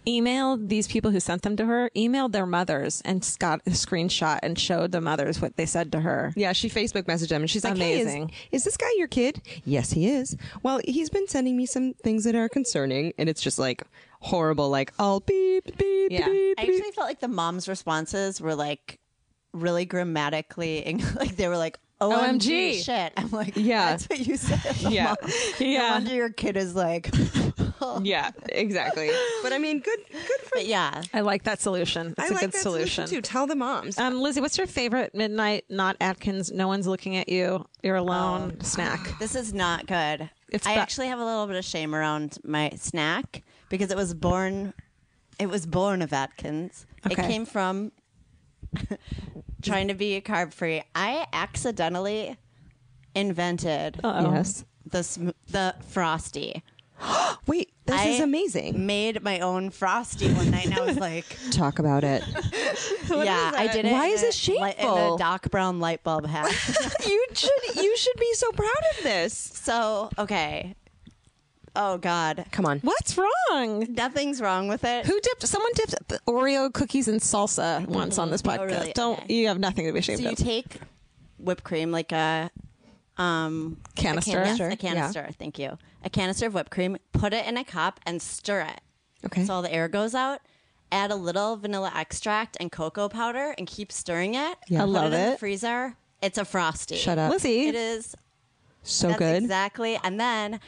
Speaker 6: emailed these people who sent them to her, emailed their mothers, and s- got a screenshot and showed the mothers what they said to her.
Speaker 5: Yeah, she Facebook messaged him and she's like, "Hey, is-
Speaker 6: Amazing.
Speaker 5: is, this guy your kid? Yes, he is. Well, he's been sending me some things that are concerning, and it's just like horrible, like all beep beep
Speaker 6: Yeah.
Speaker 5: beep.
Speaker 7: I
Speaker 5: beep.
Speaker 7: actually felt like the mom's responses were like really grammatically, eng- like they were like, OMG,
Speaker 6: OMG.
Speaker 7: shit. I'm like,
Speaker 5: Yeah.
Speaker 7: yeah. That's what you said. as a
Speaker 5: Yeah.
Speaker 7: mom.
Speaker 5: Yeah.
Speaker 7: No wonder your kid is like,
Speaker 5: yeah, exactly. But I mean, good good for.
Speaker 7: but yeah.
Speaker 6: I like that solution. That's
Speaker 5: I
Speaker 6: a
Speaker 5: like
Speaker 6: good
Speaker 5: that solution. too. Tell the moms.
Speaker 6: Um, Lizzie, what's your favorite midnight, not Atkins, no one's looking at you, you're alone
Speaker 7: Oh,
Speaker 6: snack?
Speaker 7: This is not good.
Speaker 6: It's
Speaker 7: I
Speaker 6: ba-
Speaker 7: actually have a little bit of shame around my snack because it was born it was born of Atkins.
Speaker 6: Okay.
Speaker 7: It came from trying to be carb free. I accidentally invented
Speaker 6: Oh.
Speaker 5: Yes.
Speaker 7: the sm- the frosty.
Speaker 5: Wait, this
Speaker 7: I
Speaker 5: is amazing.
Speaker 7: Made my own frosty one night and I was like,
Speaker 5: Talk about it.
Speaker 7: yeah, I did it.
Speaker 5: Why
Speaker 7: in
Speaker 5: is
Speaker 7: a
Speaker 5: it
Speaker 7: light- In
Speaker 5: shameful?
Speaker 7: a Doc Brown light bulb hat.
Speaker 5: you should you should be so proud of this.
Speaker 7: so, okay. Oh god.
Speaker 5: Come on.
Speaker 6: What's wrong?
Speaker 7: Nothing's wrong with it.
Speaker 6: Who dipped? Someone dipped the Oreo cookies in salsa once on this podcast.
Speaker 7: Mm-hmm. Oh, really?
Speaker 6: Don't
Speaker 7: Okay.
Speaker 6: you have nothing to be ashamed
Speaker 7: So you
Speaker 6: of?
Speaker 7: take whipped cream like a um
Speaker 6: Canister?
Speaker 7: A, can- yes,
Speaker 6: Sure,
Speaker 7: a canister. Thank you. A canister of whipped cream. Put it in a cup and stir it.
Speaker 5: Okay.
Speaker 7: So all the air goes out. Add a little vanilla extract and cocoa powder and keep stirring it.
Speaker 5: Yeah. I
Speaker 7: Put
Speaker 5: love
Speaker 7: it. In the
Speaker 5: it.
Speaker 7: freezer. It's a frosty.
Speaker 5: Shut up.
Speaker 6: Lizzie.
Speaker 7: It is
Speaker 5: So
Speaker 7: that's
Speaker 5: good.
Speaker 7: exactly. And then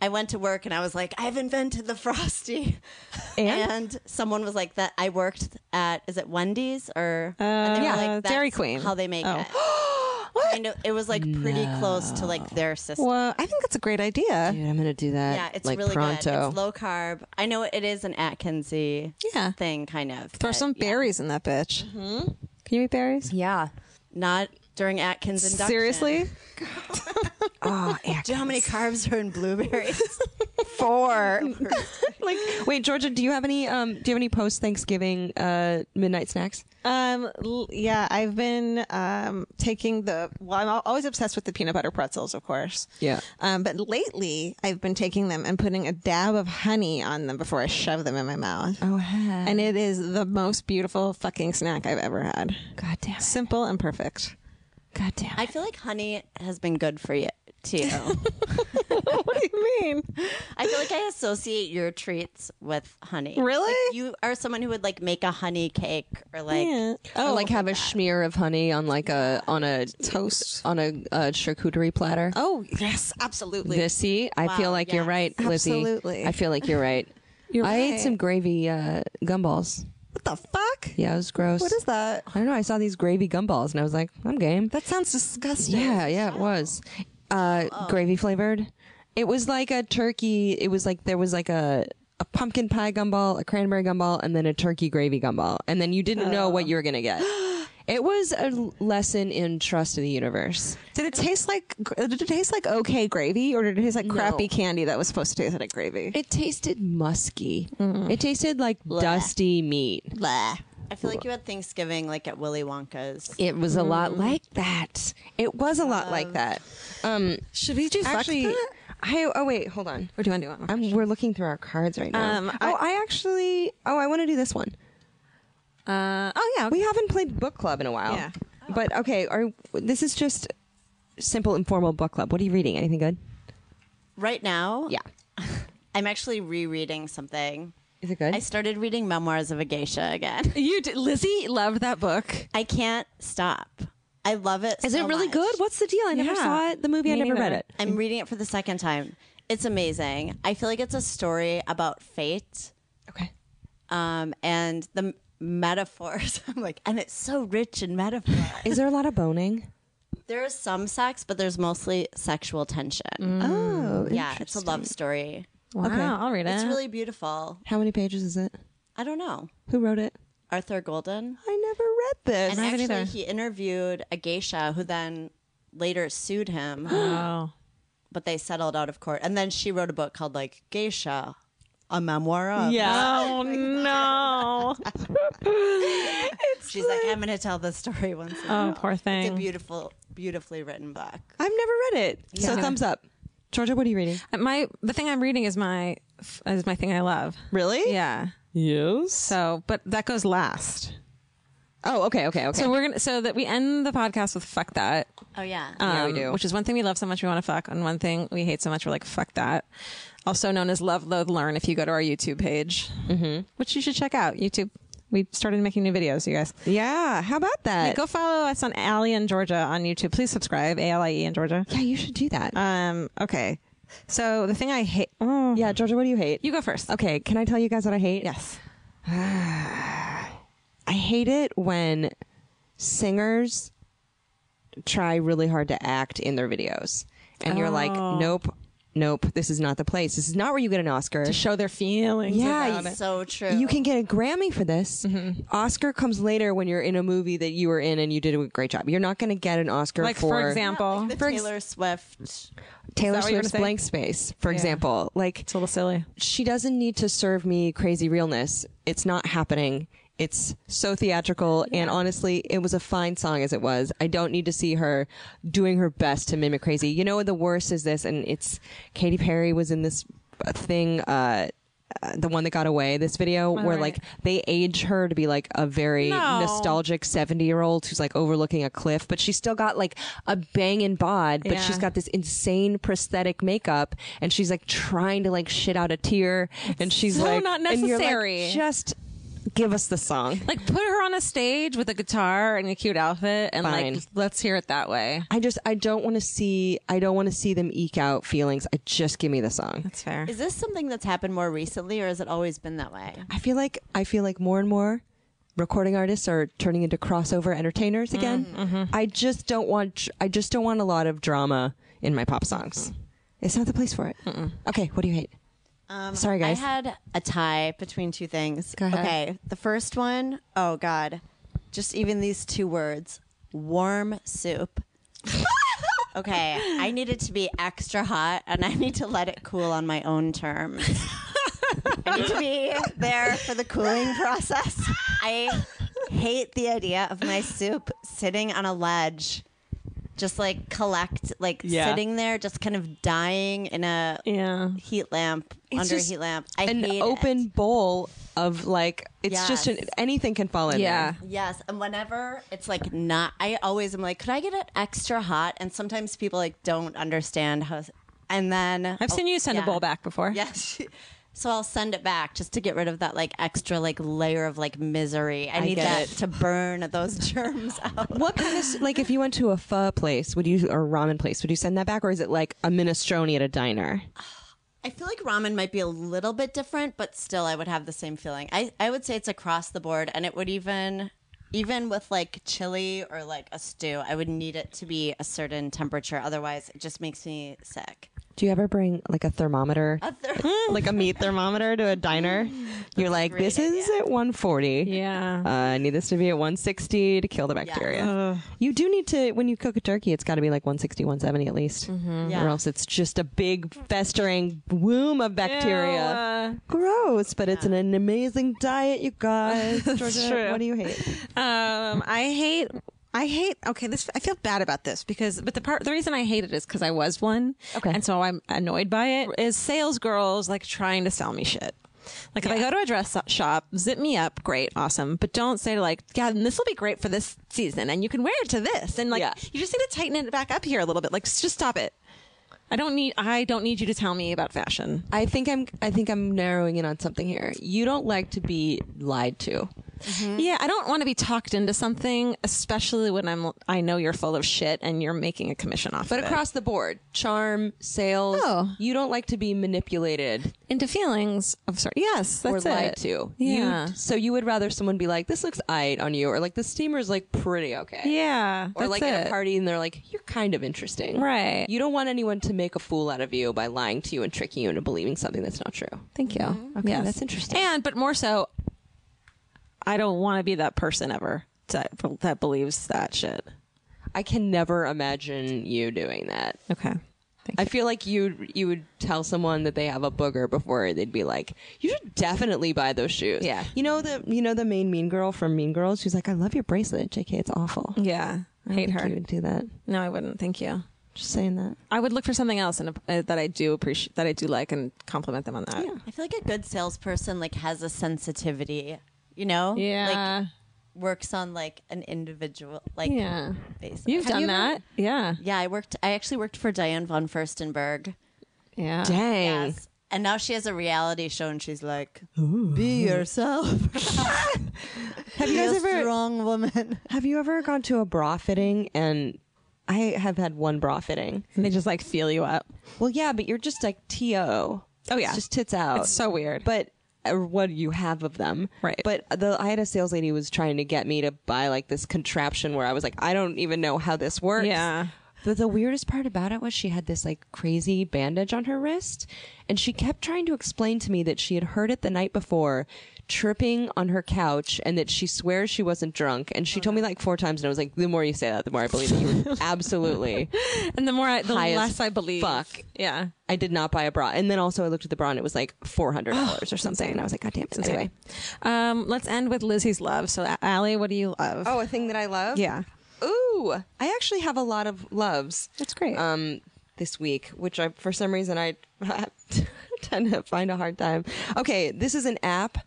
Speaker 7: I went to work and I was like, I've invented the frosty.
Speaker 5: And?
Speaker 7: someone was like, that I worked at is it Wendy's or and
Speaker 6: Uh,
Speaker 7: they were
Speaker 6: yeah,
Speaker 7: like, "That's
Speaker 6: Dairy Queen." Oh.
Speaker 7: How they make it. kind of, it was like pretty close to like their system.
Speaker 6: Well, I think that's a great idea.
Speaker 5: Dude, I'm gonna do that.
Speaker 7: Yeah, it's
Speaker 5: like
Speaker 7: really good.
Speaker 5: pronto.
Speaker 7: It's low carb. I know it is an Atkinsy
Speaker 6: Yeah.
Speaker 7: thing, kind of.
Speaker 6: Throw
Speaker 7: but
Speaker 6: some berries in that bitch.
Speaker 7: Mm-hmm.
Speaker 6: Can you eat berries?
Speaker 5: Yeah.
Speaker 7: Not during Atkins induction.
Speaker 6: Seriously?
Speaker 5: Oh,
Speaker 7: Do you know how many carbs are in blueberries?
Speaker 5: like wait georgia do you have any um do you have any post thanksgiving uh midnight snacks
Speaker 6: Um, l- yeah, I've been um, taking the. Well, I'm al- always obsessed with the peanut butter pretzels, of course.
Speaker 5: Yeah.
Speaker 6: Um, but lately, I've been taking them and putting a dab of honey on them before I shove them in my mouth. Oh,
Speaker 5: hey.
Speaker 6: And it is the most beautiful fucking snack I've ever had. God damn. Simple and perfect.
Speaker 5: god damn
Speaker 7: I feel like honey has been good for you too.
Speaker 6: what do you mean?
Speaker 7: I feel like I associate your treats with honey.
Speaker 6: Really?
Speaker 7: Like, you are someone who would like make a honey cake or like
Speaker 5: oh like have a smear of honey on like a on a toast on a, uh charcuterie platter
Speaker 6: Oh yes, absolutely.
Speaker 5: this see i feel
Speaker 7: Wow,
Speaker 5: like you're
Speaker 7: yes.
Speaker 5: right lizzie
Speaker 6: Absolutely.
Speaker 5: i feel like you're right
Speaker 6: You're
Speaker 5: i ate
Speaker 6: right.
Speaker 5: some gravy uh gumballs
Speaker 6: what the fuck?
Speaker 5: yeah it was gross
Speaker 6: What is that?
Speaker 5: i don't know i saw these gravy gumballs and i was like i'm game
Speaker 6: That sounds disgusting.
Speaker 5: yeah yeah it was uh gravy flavored It was like a turkey. It was like there was like a a pumpkin pie gumball, a cranberry gumball, and then a turkey gravy gumball, and then you didn't know
Speaker 10: Oh.
Speaker 5: what you were gonna get. It was a lesson in trust of the universe.
Speaker 6: Did it taste like uh, did it taste like okay gravy or did it taste like crappy candy that was supposed to taste like gravy?
Speaker 5: It tasted musky.
Speaker 10: Mm-hmm.
Speaker 5: It tasted like dusty meat.
Speaker 7: Blah. I feel like you had Thanksgiving like at Willy Wonka's.
Speaker 5: It was a lot
Speaker 10: Mm-hmm.
Speaker 5: like that. It was a lot like that. Um,
Speaker 10: Should we do
Speaker 5: actually, I oh wait, hold on.
Speaker 10: Or do you want to do one? more?
Speaker 5: I'm, we're looking through our cards right now.
Speaker 10: Um,
Speaker 5: oh, I actually. Oh, I want to do this one.
Speaker 10: Uh, oh yeah.
Speaker 5: We haven't played book club in a while.
Speaker 10: Yeah.
Speaker 5: But okay, are this is just simple informal book club. What are you reading? Anything good?
Speaker 7: Right now, I'm actually rereading something.
Speaker 5: Is it good?
Speaker 7: I started reading Memoirs of a Geisha again.
Speaker 10: you did, Lizzie loved that book.
Speaker 7: I can't stop. I love it.
Speaker 5: is it really good? What's the deal? I never
Speaker 10: Yeah.
Speaker 5: saw it. The movie. I
Speaker 10: Me
Speaker 5: never read
Speaker 10: neither.
Speaker 5: it.
Speaker 7: I'm reading it for the second time. It's amazing. I feel like it's a story about fate
Speaker 5: Okay.
Speaker 7: um, and the m- metaphors. I'm like, and it's so rich in metaphor.
Speaker 5: Is there a lot of boning?
Speaker 7: there is some sex, but there's mostly sexual tension.
Speaker 5: Oh,
Speaker 7: yeah, it's a love story.
Speaker 10: Mm. Wow, I'll read it.
Speaker 7: It's really beautiful.
Speaker 5: How many pages is it?
Speaker 7: I don't know.
Speaker 5: Who wrote it?
Speaker 7: Arthur Golden.
Speaker 5: I never read this.
Speaker 7: And actually,
Speaker 10: either.
Speaker 7: he interviewed a geisha who then later sued him,
Speaker 10: oh.
Speaker 7: but they settled out of court. And then she wrote a book called like Geisha, a memoir of.
Speaker 10: Oh no.
Speaker 7: She's like, I'm going to tell this story once. in a
Speaker 10: Oh,
Speaker 7: while."
Speaker 10: poor
Speaker 7: It's a
Speaker 10: thing.
Speaker 7: beautiful, beautifully written book.
Speaker 5: I've never read it. So thumbs up. Georgia, what are you reading?
Speaker 10: my the thing I'm reading is my is my thing I love.
Speaker 5: Really?
Speaker 10: Yeah.
Speaker 5: Yes.
Speaker 10: So, but that goes last.
Speaker 5: Oh, okay, okay, okay.
Speaker 10: So we're gonna so that we end the podcast with fuck that,
Speaker 7: Oh yeah.
Speaker 5: Yeah, we do.
Speaker 10: Um, which is one thing we love so much we want to fuck, and one thing we hate so much we're like fuck that. Also known as love, loathe, learn. If you go to our YouTube page, mm-hmm. which you should check out, YouTube. We started making new videos, you guys.
Speaker 5: yeah. How about that?
Speaker 10: Go follow us on Allie and Georgia on YouTube. Please subscribe, A L I E and Georgia.
Speaker 5: yeah, you should do that.
Speaker 10: Um. Okay. So the thing I hate. Oh,
Speaker 5: yeah, Georgia, what do you hate?
Speaker 10: You go first.
Speaker 5: Okay, can I tell you guys what I hate?
Speaker 10: Yes.
Speaker 5: I hate it when singers try really hard to act in their videos. And you're like,
Speaker 10: Oh.
Speaker 5: nope, nope, this is not the place. This is not where you get an Oscar.
Speaker 10: Show their feelings.
Speaker 5: yeah,
Speaker 7: It's Ah, so true.
Speaker 5: You can get a Grammy for this.
Speaker 10: Mm-hmm.
Speaker 5: Oscar comes later when you're in a movie that you were in and you did a great job. You're not going to get an Oscar
Speaker 10: Like for, example,
Speaker 7: the Taylor Swift.
Speaker 5: Taylor
Speaker 10: Is that what you were
Speaker 5: Swift's
Speaker 10: saying?
Speaker 5: Blank Space, for example. Like
Speaker 10: it's a little silly.
Speaker 5: she doesn't need to serve me crazy realness. It's not happening. It's so theatrical and honestly, it was a fine song as it was. I don't need to see her doing her best to mimic crazy. You know what the worst is this and it's Katy Perry was in this uh, thing uh uh, the one that got away this video where
Speaker 10: right.
Speaker 5: like they age her to be like a very
Speaker 10: No.
Speaker 5: nostalgic 70 year old who's like overlooking a cliff but she's still got like a banging bod but
Speaker 10: Yeah.
Speaker 5: she's got this insane prosthetic makeup and she's like trying to like shit out a tear and she's
Speaker 10: so
Speaker 5: like
Speaker 10: not
Speaker 5: and you're like,
Speaker 10: necessary.
Speaker 5: just give us the song
Speaker 10: Like put her on a stage with a guitar and a cute outfit, and
Speaker 5: Fine.
Speaker 10: like let's hear it that way.
Speaker 5: i just i don't want to see i don't want to see them eke out feelings i just give me the song
Speaker 10: That's fair.
Speaker 7: Is this something that's happened more recently, or has it always been that way?
Speaker 5: I feel like I feel like more and more recording artists are turning into crossover entertainers again.
Speaker 10: Mm, mm-hmm.
Speaker 5: I just don't want I just don't want a lot of drama in my pop songs. It's not the place for it. Okay, what do you hate?
Speaker 7: Um,
Speaker 5: Sorry, guys.
Speaker 7: I had a tie between two things.
Speaker 5: Go ahead.
Speaker 7: Okay, the first one, oh god, just even these two words, warm soup. okay, I need it to be extra hot, and I need to let it cool on my own terms. I need to be there for the cooling process. I hate the idea of my soup sitting on a ledge. Just like collect, like sitting there, just kind of dying in a
Speaker 10: yeah.
Speaker 7: heat lamp
Speaker 5: It's
Speaker 7: under a
Speaker 5: just
Speaker 7: heat lamp. I
Speaker 5: An
Speaker 7: hate
Speaker 5: open
Speaker 7: It.
Speaker 5: bowl of like it's just an,
Speaker 7: Yes.
Speaker 5: anything can fall in.
Speaker 10: Yeah.
Speaker 5: there.
Speaker 7: Yes, and whenever it's like not, I always am like, could I get it extra hot? And sometimes people like don't understand how. And then
Speaker 10: I've seen you send
Speaker 7: yeah.
Speaker 10: a bowl back before.
Speaker 7: Yes. So I'll send it back just to get rid of that like extra like layer of like misery. I, need
Speaker 5: get
Speaker 7: that
Speaker 5: it.
Speaker 7: to burn those germs out.
Speaker 5: What kind of s- like if you went to a pho place, would you or ramen place, would you send that back or is it like a minestrone at a diner?
Speaker 7: Uh, I feel like ramen might be a little bit different, but still, I would have the same feeling. I, I would say it's across the board, and it would even, even with like chili or like a stew, I would need it to be a certain temperature. Otherwise, it just makes me sick.
Speaker 5: Do you ever bring like a thermometer, like a meat thermometer to a diner?
Speaker 6: Mm,
Speaker 5: You're like, this is at 140.
Speaker 6: Yeah.
Speaker 5: Uh, I need this to be at 160 to kill the bacteria. You do need to, when you cook a turkey, it's got to be like 160, 170 at least.
Speaker 6: Mm-hmm.
Speaker 7: Yeah.
Speaker 5: Or else it's just a big festering womb of bacteria. Gross, but it's an, an amazing diet, you guys. Georgia,
Speaker 6: true.
Speaker 5: what do you hate?
Speaker 6: Um, I hate. I hate. Okay, this. I feel bad about this because, but the part, the reason I hate it is because I was one.
Speaker 5: Okay.
Speaker 6: And so I'm annoyed by it. Is sales girls like trying to sell me shit? Like if I go to a dress shop, zip me up, great, awesome. But don't say like, yeah, and this will be great for this season, and you can wear it to this, and like,
Speaker 5: Yeah.
Speaker 6: you just need to tighten it back up here a little bit. Like, s- just stop it. I don't need. I don't need you to tell me about fashion.
Speaker 5: I think I'm I think I'm narrowing in on something here. You don't like to be lied to.
Speaker 6: Yeah, I don't want to be talked into something, especially when I'm I know you're full of shit and you're making a commission off
Speaker 5: But
Speaker 6: of
Speaker 5: across the board, charm, sales,
Speaker 6: Oh.
Speaker 5: you don't like to be manipulated
Speaker 6: it. into feelings of sorry. Yes,
Speaker 5: or
Speaker 6: that's it.
Speaker 5: lied to.
Speaker 6: Yeah.
Speaker 5: You, so you would rather someone be like, "This looks aight on you," or like, "The steamer's like pretty okay."
Speaker 6: yeah,
Speaker 5: Or
Speaker 6: that's
Speaker 5: like
Speaker 6: it.
Speaker 5: at a party and they're like, "You're kind of interesting."
Speaker 6: Right.
Speaker 5: You don't want anyone to make a fool out of you by lying to you and tricking you into believing something that's not true.
Speaker 6: Thank you. Okay,
Speaker 5: Mm-hmm. that's interesting.
Speaker 6: And but more so, I don't want to be that person ever that that believes that shit.
Speaker 5: I can never imagine you doing that.
Speaker 6: Okay. Thank
Speaker 5: I feel like you you would tell someone that they have a booger before they'd be like, you should definitely buy those shoes.
Speaker 6: Yeah.
Speaker 5: You know the you know the main mean girl from Mean Girls. She's like, I love your bracelet, JK. It's awful.
Speaker 6: you. Yeah, I hate her.
Speaker 5: You would do that.
Speaker 6: No, I wouldn't. Thank you.
Speaker 5: Just saying that.
Speaker 6: I would look for something else and uh, that I do appreciate that I do like and compliment them on that. Yeah.
Speaker 7: I feel like a good salesperson like has a sensitivity, you know? Like works on like an individual like
Speaker 6: Yeah.
Speaker 7: basis.
Speaker 6: You've
Speaker 7: Have
Speaker 6: done
Speaker 7: you ever-
Speaker 6: that. Yeah.
Speaker 7: Yeah, I worked I actually worked for Diane von Furstenberg.
Speaker 6: Yeah.
Speaker 5: Dang.
Speaker 7: Yes. And now she has a reality show and she's like, be yourself.
Speaker 5: Have you guys ever
Speaker 7: strong woman.
Speaker 5: have you ever gone to a bra fitting and I have had one bra fitting.
Speaker 6: And they just like feel you up.
Speaker 5: Well, yeah, but you're just like to. Oh
Speaker 6: yeah.
Speaker 5: just tits out.
Speaker 6: It's so weird.
Speaker 5: But or what you have of them,
Speaker 6: Right.
Speaker 5: But the I had a sales lady who was trying to get me to buy like this contraption where I was like, I don't even know how this works.
Speaker 6: Yeah.
Speaker 5: But the weirdest part about it was she had this like crazy bandage on her wrist, and she kept trying to explain to me that she had heard it the night before, tripping on her couch, and that she swears she wasn't drunk. And she told me like four times, and I was like, the more you say that, the more I believe it. You were absolutely
Speaker 6: And the more I, the
Speaker 5: high as
Speaker 6: less I believe.
Speaker 5: fuck.
Speaker 6: Yeah.
Speaker 5: I did not buy a bra. And then also I looked at the bra and it was like four hundred dollars or something. And I was like, God damn it. Anyway.
Speaker 6: Um, let's end with Lizzie's love. So, A- Allie, what do you love?
Speaker 5: Oh, a thing that I love?
Speaker 6: yeah.
Speaker 5: Ooh. I actually have a lot of loves.
Speaker 6: That's great.
Speaker 5: Um this week, which I for some reason I tend to find a hard time. Okay, this is an app.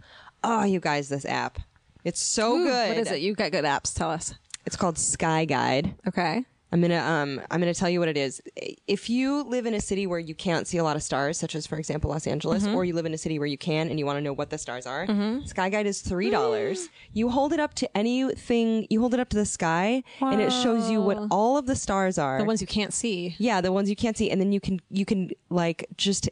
Speaker 5: Oh, you guys, this app. It's so
Speaker 6: Ooh,
Speaker 5: good.
Speaker 6: What is it? You've got good apps. Tell us.
Speaker 5: It's called Sky Guide.
Speaker 6: Okay.
Speaker 5: I'm gonna um I'm gonna tell you what it is. If you live in a city where you can't see a lot of stars, such as for example Los Angeles,
Speaker 6: Mm-hmm.
Speaker 5: or you live in a city where you can and you want to know what the stars are, Sky Guide is three
Speaker 6: Mm.
Speaker 5: dollars. you hold it up to anything. You hold it up to the sky, and it shows you what all of the stars are.
Speaker 6: The ones you can't see.
Speaker 5: yeah, the ones you can't see, and then you can you can like just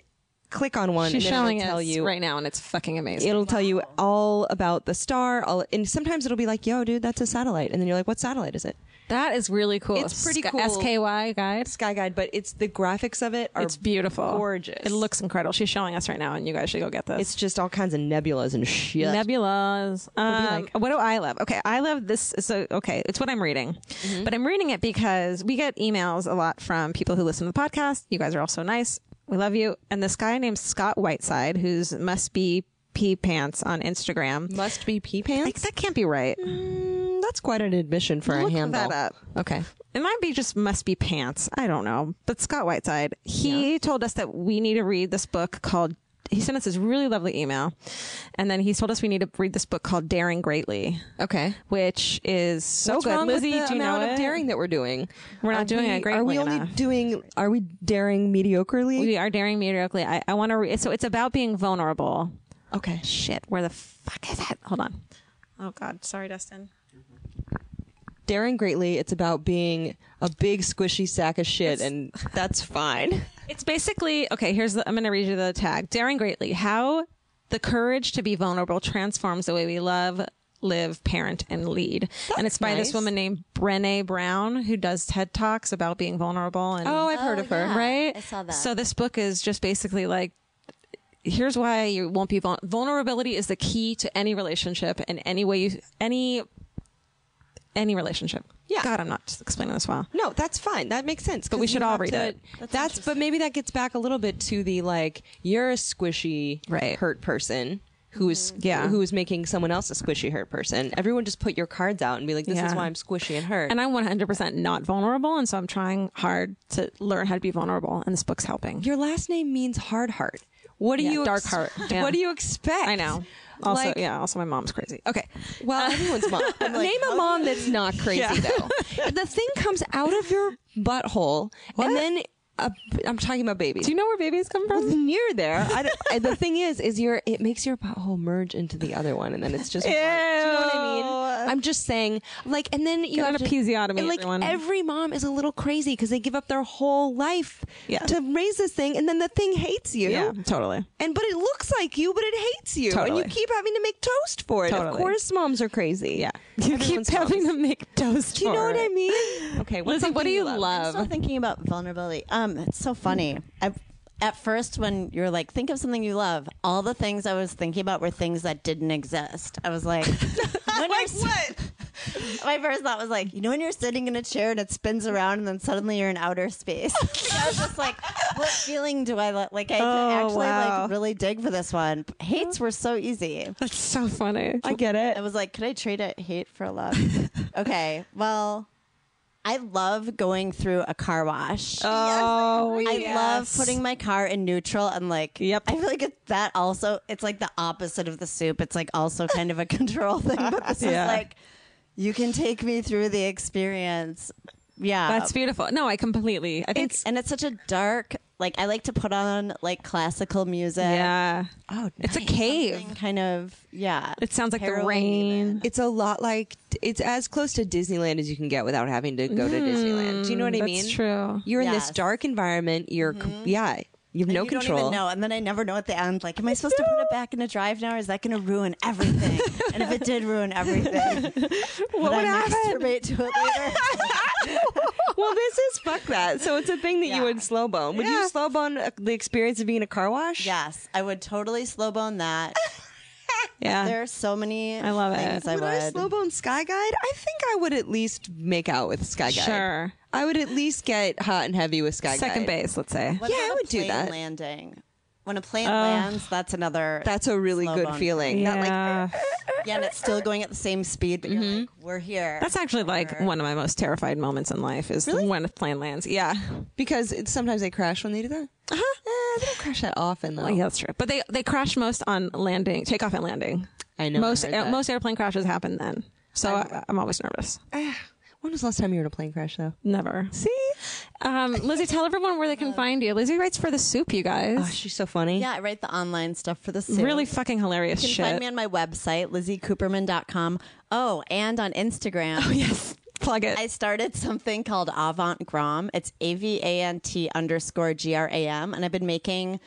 Speaker 5: click on one.
Speaker 6: She's
Speaker 5: and then
Speaker 6: showing
Speaker 5: it'll
Speaker 6: us
Speaker 5: tell you
Speaker 6: right now, and it's fucking amazing.
Speaker 5: It'll tell you all about the star, all, and sometimes it'll be like, "Yo, dude, that's a satellite," and then you're like, "What satellite is it?"
Speaker 6: that is really cool.
Speaker 5: It's pretty
Speaker 6: Sky-
Speaker 5: cool.
Speaker 6: SKY guide.
Speaker 5: Sky Guide, but it's the graphics of it are
Speaker 6: It's beautiful.
Speaker 5: gorgeous.
Speaker 6: It looks incredible. She's showing us right now, and you guys should go get this.
Speaker 5: It's just all kinds of nebulas and shit.
Speaker 6: Nebulas. Um, What do I love? Okay, I love this. So okay, it's what I'm reading, but I'm reading it because we get emails a lot from people who listen to the podcast. You guys are all so nice. We love you. And this guy named Scott Whiteside, who's must be pee pants on Instagram.
Speaker 5: Must be pee
Speaker 6: Like
Speaker 5: pants.
Speaker 6: that can't be right.
Speaker 5: Mm, that's quite an admission for
Speaker 6: Look
Speaker 5: a handle.
Speaker 6: that up.
Speaker 5: Okay.
Speaker 6: It might be just must be pants. I don't know. But Scott Whiteside, he told us that we need to read this book called. He sent us this really lovely email, and then he told us we need to read this book called Daring Greatly.
Speaker 5: Okay.
Speaker 6: which is so
Speaker 5: What's
Speaker 6: good.
Speaker 5: wrong
Speaker 6: Lizzie,
Speaker 5: with the
Speaker 6: do you
Speaker 5: amount
Speaker 6: know
Speaker 5: of
Speaker 6: it?
Speaker 5: daring that we're doing?
Speaker 6: We're not
Speaker 5: Are
Speaker 6: doing
Speaker 5: we-
Speaker 6: it greatly
Speaker 5: Are we only
Speaker 6: enough.
Speaker 5: doing? Are we daring mediocrely?
Speaker 6: We are daring mediocrely. I, I want to. Re- so it's about being vulnerable.
Speaker 5: okay.
Speaker 6: Shit, where the fuck is it? Hold on. Oh God, sorry, Dustin.
Speaker 5: Daring greatly. It's about being a big squishy sack of shit, and that's fine.
Speaker 6: It's basically okay. Here's the. I'm going to read you the tag. Daring greatly. How the courage to be vulnerable transforms the way we love, live, parent, and lead. and it's by this woman named Brene Brown who does TED Talks about being vulnerable. And
Speaker 5: Oh, I've heard of her.
Speaker 6: right?
Speaker 7: I saw that.
Speaker 6: So this book is just basically like here's why you won't be vul- vulnerability is the key to any relationship and any way you any any relationship.
Speaker 5: Yeah.
Speaker 6: God, I'm not explaining this well.
Speaker 5: No, that's fine. That makes sense. But
Speaker 6: we should all read it.
Speaker 5: That's, but maybe that gets back a little bit to the like you're a squishy
Speaker 6: Right.
Speaker 5: hurt person who is
Speaker 6: Yeah.
Speaker 5: who is making someone else a squishy hurt person. Everyone just put your cards out and be like, this is
Speaker 6: Yeah.
Speaker 5: why I'm squishy and hurt.
Speaker 6: And I'm 100% not vulnerable, and so I'm trying hard to learn how to be vulnerable, and this book's helping.
Speaker 5: your last name means hard heart. What do
Speaker 6: Yeah,
Speaker 5: you
Speaker 6: dark heart. Yeah.
Speaker 5: What do you expect?
Speaker 6: I know. Also,
Speaker 5: Like-
Speaker 6: yeah. Also, my mom's crazy. Okay.
Speaker 5: Well, everyone's mom. Uh, Name a mom that's not crazy though. the thing comes out of your butthole, and then a, I'm talking about babies.
Speaker 6: Do you know where babies come
Speaker 5: Well,
Speaker 6: from?
Speaker 5: it's near there. I don't- and the thing is, is your it makes your butthole merge into the other one, and then it's just. one. Do you know what I mean? I'm just saying, like, and then you
Speaker 6: Get
Speaker 5: have
Speaker 6: an
Speaker 5: to-
Speaker 6: episiotomy,
Speaker 5: and, Like
Speaker 6: everyone.
Speaker 5: every mom is a little crazy because they give up their whole life
Speaker 6: Yeah.
Speaker 5: to raise this thing, and then the thing hates you.
Speaker 6: Yeah, totally.
Speaker 5: And but it looks like you, but it hates you, and
Speaker 6: Totally.
Speaker 5: you keep having to make toast for it. Of
Speaker 6: Totally.
Speaker 5: course, moms are crazy. Yeah,
Speaker 6: You keep having to make toast.
Speaker 5: Do you know
Speaker 6: for
Speaker 5: what I
Speaker 6: it.
Speaker 5: mean? Okay, what's
Speaker 6: Lizzie, what do
Speaker 5: something
Speaker 6: you
Speaker 7: I'm
Speaker 6: love?
Speaker 7: still thinking about vulnerability. Um, it's so funny. I, at first, when you're like, think of something you love, all the things I was thinking about were things that didn't exist. I was like, when like what? My first thought was like, you know, when you're sitting in a chair and it spins around, and then suddenly you're in outer space. I was just like, what feeling do I like? Like I actually like really dig for this one. Hates were so easy.
Speaker 6: That's so funny.
Speaker 5: I get it.
Speaker 7: I was like, could I trade it hate for love? okay, well, I love going through a car wash.
Speaker 5: Uh,
Speaker 6: Oh,
Speaker 7: I love putting my car in neutral and like.
Speaker 6: Yep.
Speaker 7: I feel like it, that also. It's like the opposite of the soup. It's like also kind of a control thing, but this
Speaker 6: Yeah.
Speaker 7: is like, you can take me through the experience. Yeah,
Speaker 6: That's beautiful. No, I completely. I think.
Speaker 7: it's and it's such a dark. Like I like to put on like classical music.
Speaker 6: yeah. Oh, it's a cave.
Speaker 7: Something Kind of yeah.
Speaker 6: It sounds like the
Speaker 7: Harrowing
Speaker 6: rain.
Speaker 5: It's a lot like it's as close to Disneyland as you can get without having to go to Disneyland. Do you know what I
Speaker 6: Mm-hmm. that's
Speaker 5: mean?
Speaker 6: true.
Speaker 5: You're in this
Speaker 7: Yes.
Speaker 5: dark environment. You're com- yeah. You have no
Speaker 7: you
Speaker 5: control.
Speaker 7: Don't even know, and then I never know at the end. Like, am I supposed to put it back in a drive now? Or is that going to ruin everything? and if it did ruin everything, what would I masturbate to it later?
Speaker 5: well, this is fuck that. So it's a thing that you would slow bone. Would you slow bone uh, the experience of being in a car wash?
Speaker 7: yes, I would totally slow bone that.
Speaker 6: Yeah.
Speaker 7: There are so many.
Speaker 6: Uh, I love it.
Speaker 7: things I
Speaker 5: Would
Speaker 7: would.
Speaker 5: I slow bone Sky Guide? I think I would at least make out with Sky Guide.
Speaker 6: Sure.
Speaker 5: I would at least get hot and heavy with Sky
Speaker 6: Second
Speaker 5: Guide.
Speaker 6: base, let's say.
Speaker 7: What
Speaker 5: Yeah,
Speaker 7: about
Speaker 5: I
Speaker 7: a
Speaker 5: would do
Speaker 7: plane
Speaker 5: that.
Speaker 7: Landing. When a plane lands, that's another.
Speaker 5: That's a really
Speaker 7: slow
Speaker 5: good
Speaker 7: bone.
Speaker 5: feeling. Not like
Speaker 6: Yeah.
Speaker 7: Yeah, and it's still going at the same speed, but you're like, we're here.
Speaker 6: That's actually like one of my most terrified moments in life is when a plane lands. Yeah.
Speaker 5: because it's, sometimes they crash when they do that. Uh-huh. they don't crash that often though.
Speaker 6: Well, yeah, that's true. But they they crash most on landing, takeoff and landing.
Speaker 5: I know, I
Speaker 6: Most uh,
Speaker 5: heard that.
Speaker 6: most airplane crashes happen then. So I, I'm always nervous.
Speaker 5: When was the last time you were in a plane crash though?
Speaker 6: Never. See? Um, Lizzie, tell everyone where they can find you. Lizzie writes for The Soup, you
Speaker 5: Oh,
Speaker 6: guys.
Speaker 5: she's so funny.
Speaker 7: yeah, I write the online stuff for the suit.
Speaker 6: really fucking hilarious
Speaker 7: You can
Speaker 6: shit.
Speaker 7: find me on my website, lizziecooperman.com. Oh, and on Instagram. Oh, yes.
Speaker 6: Plug it.
Speaker 7: I started something called Avant Gram. It's A V A N T underscore G R A M. And I've been making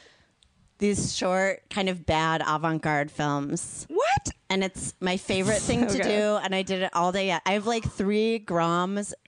Speaker 7: these short, kind of bad avant garde films.
Speaker 6: what?
Speaker 7: And it's my favorite thing to
Speaker 6: good.
Speaker 7: do. And I did it all day. I have like three grams,
Speaker 6: Oh,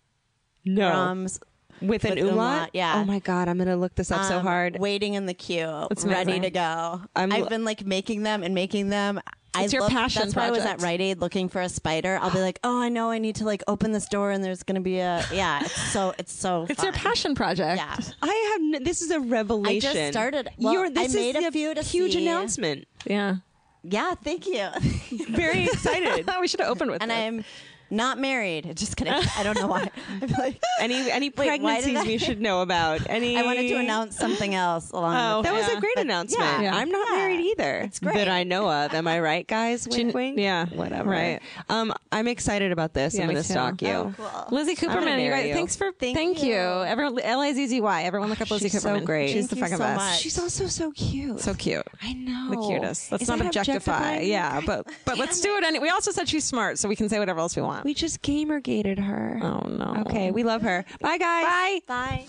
Speaker 5: No.
Speaker 7: grams
Speaker 5: with an
Speaker 7: With
Speaker 5: umlaut?
Speaker 7: umlaut, yeah.
Speaker 5: Oh my god, I'm gonna look this up so
Speaker 7: um,
Speaker 5: hard.
Speaker 7: waiting in the queue, ready
Speaker 6: amazing.
Speaker 7: to go. i
Speaker 5: I'm-
Speaker 7: have been like making them and making them.
Speaker 6: It's
Speaker 7: I
Speaker 6: your
Speaker 7: look-
Speaker 6: passion
Speaker 7: That's why I was
Speaker 6: project.
Speaker 7: at Rite Aid looking for a spider. I'll be like, oh, I know, I need to like open this door, and there's gonna be a yeah. It's so it's so.
Speaker 6: It's your
Speaker 7: fun.
Speaker 6: passion project.
Speaker 7: Yeah.
Speaker 5: I have. No, this is a revelation.
Speaker 7: started- well, I made a few to
Speaker 5: huge
Speaker 7: see.
Speaker 5: announcement.
Speaker 6: Yeah.
Speaker 7: Yeah. Thank you.
Speaker 5: Very excited.
Speaker 6: we should have opened with
Speaker 7: and
Speaker 6: this.
Speaker 7: I'm not married. Just kidding. I don't know why. I feel like
Speaker 5: any any
Speaker 7: why did
Speaker 5: pregnancies
Speaker 7: I-
Speaker 5: we should know about? Any?
Speaker 7: I wanted to announce something else along.
Speaker 5: Oh,
Speaker 7: with
Speaker 5: that
Speaker 7: it.
Speaker 5: was a great announcement.
Speaker 6: Yeah.
Speaker 5: I'm not married either. It's
Speaker 7: great.
Speaker 5: That I know of. Am I right, guys? Wink, wink.
Speaker 6: yeah,
Speaker 5: Whatever.
Speaker 6: right.
Speaker 5: Um, I'm excited about this.
Speaker 6: Yeah,
Speaker 5: I'm
Speaker 6: me
Speaker 5: gonna
Speaker 6: too.
Speaker 5: stalk you.
Speaker 7: Oh,
Speaker 6: Lizzie Cooperman, you
Speaker 5: marry
Speaker 6: guys,
Speaker 5: you.
Speaker 6: thanks for thank, you. Everyone, L I Z Z Y. Everyone, look up Lizzie
Speaker 5: she's so
Speaker 6: Cooperman.
Speaker 5: great.
Speaker 6: She's the
Speaker 7: Thank
Speaker 6: fucking
Speaker 7: you so
Speaker 6: best.
Speaker 7: much.
Speaker 5: She's also so cute.
Speaker 6: So cute.
Speaker 5: I know.
Speaker 6: The cutest. Let's
Speaker 5: Is
Speaker 6: not
Speaker 5: that
Speaker 6: objectify.
Speaker 5: objectifying?
Speaker 6: Yeah, but but let's do it. Any- we also said she's smart, so we can say whatever else we want.
Speaker 5: We just gamergated her.
Speaker 6: oh no.
Speaker 5: Okay, we love her. Bye, guys. Bye.
Speaker 7: Bye.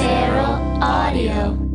Speaker 11: Feral Audio.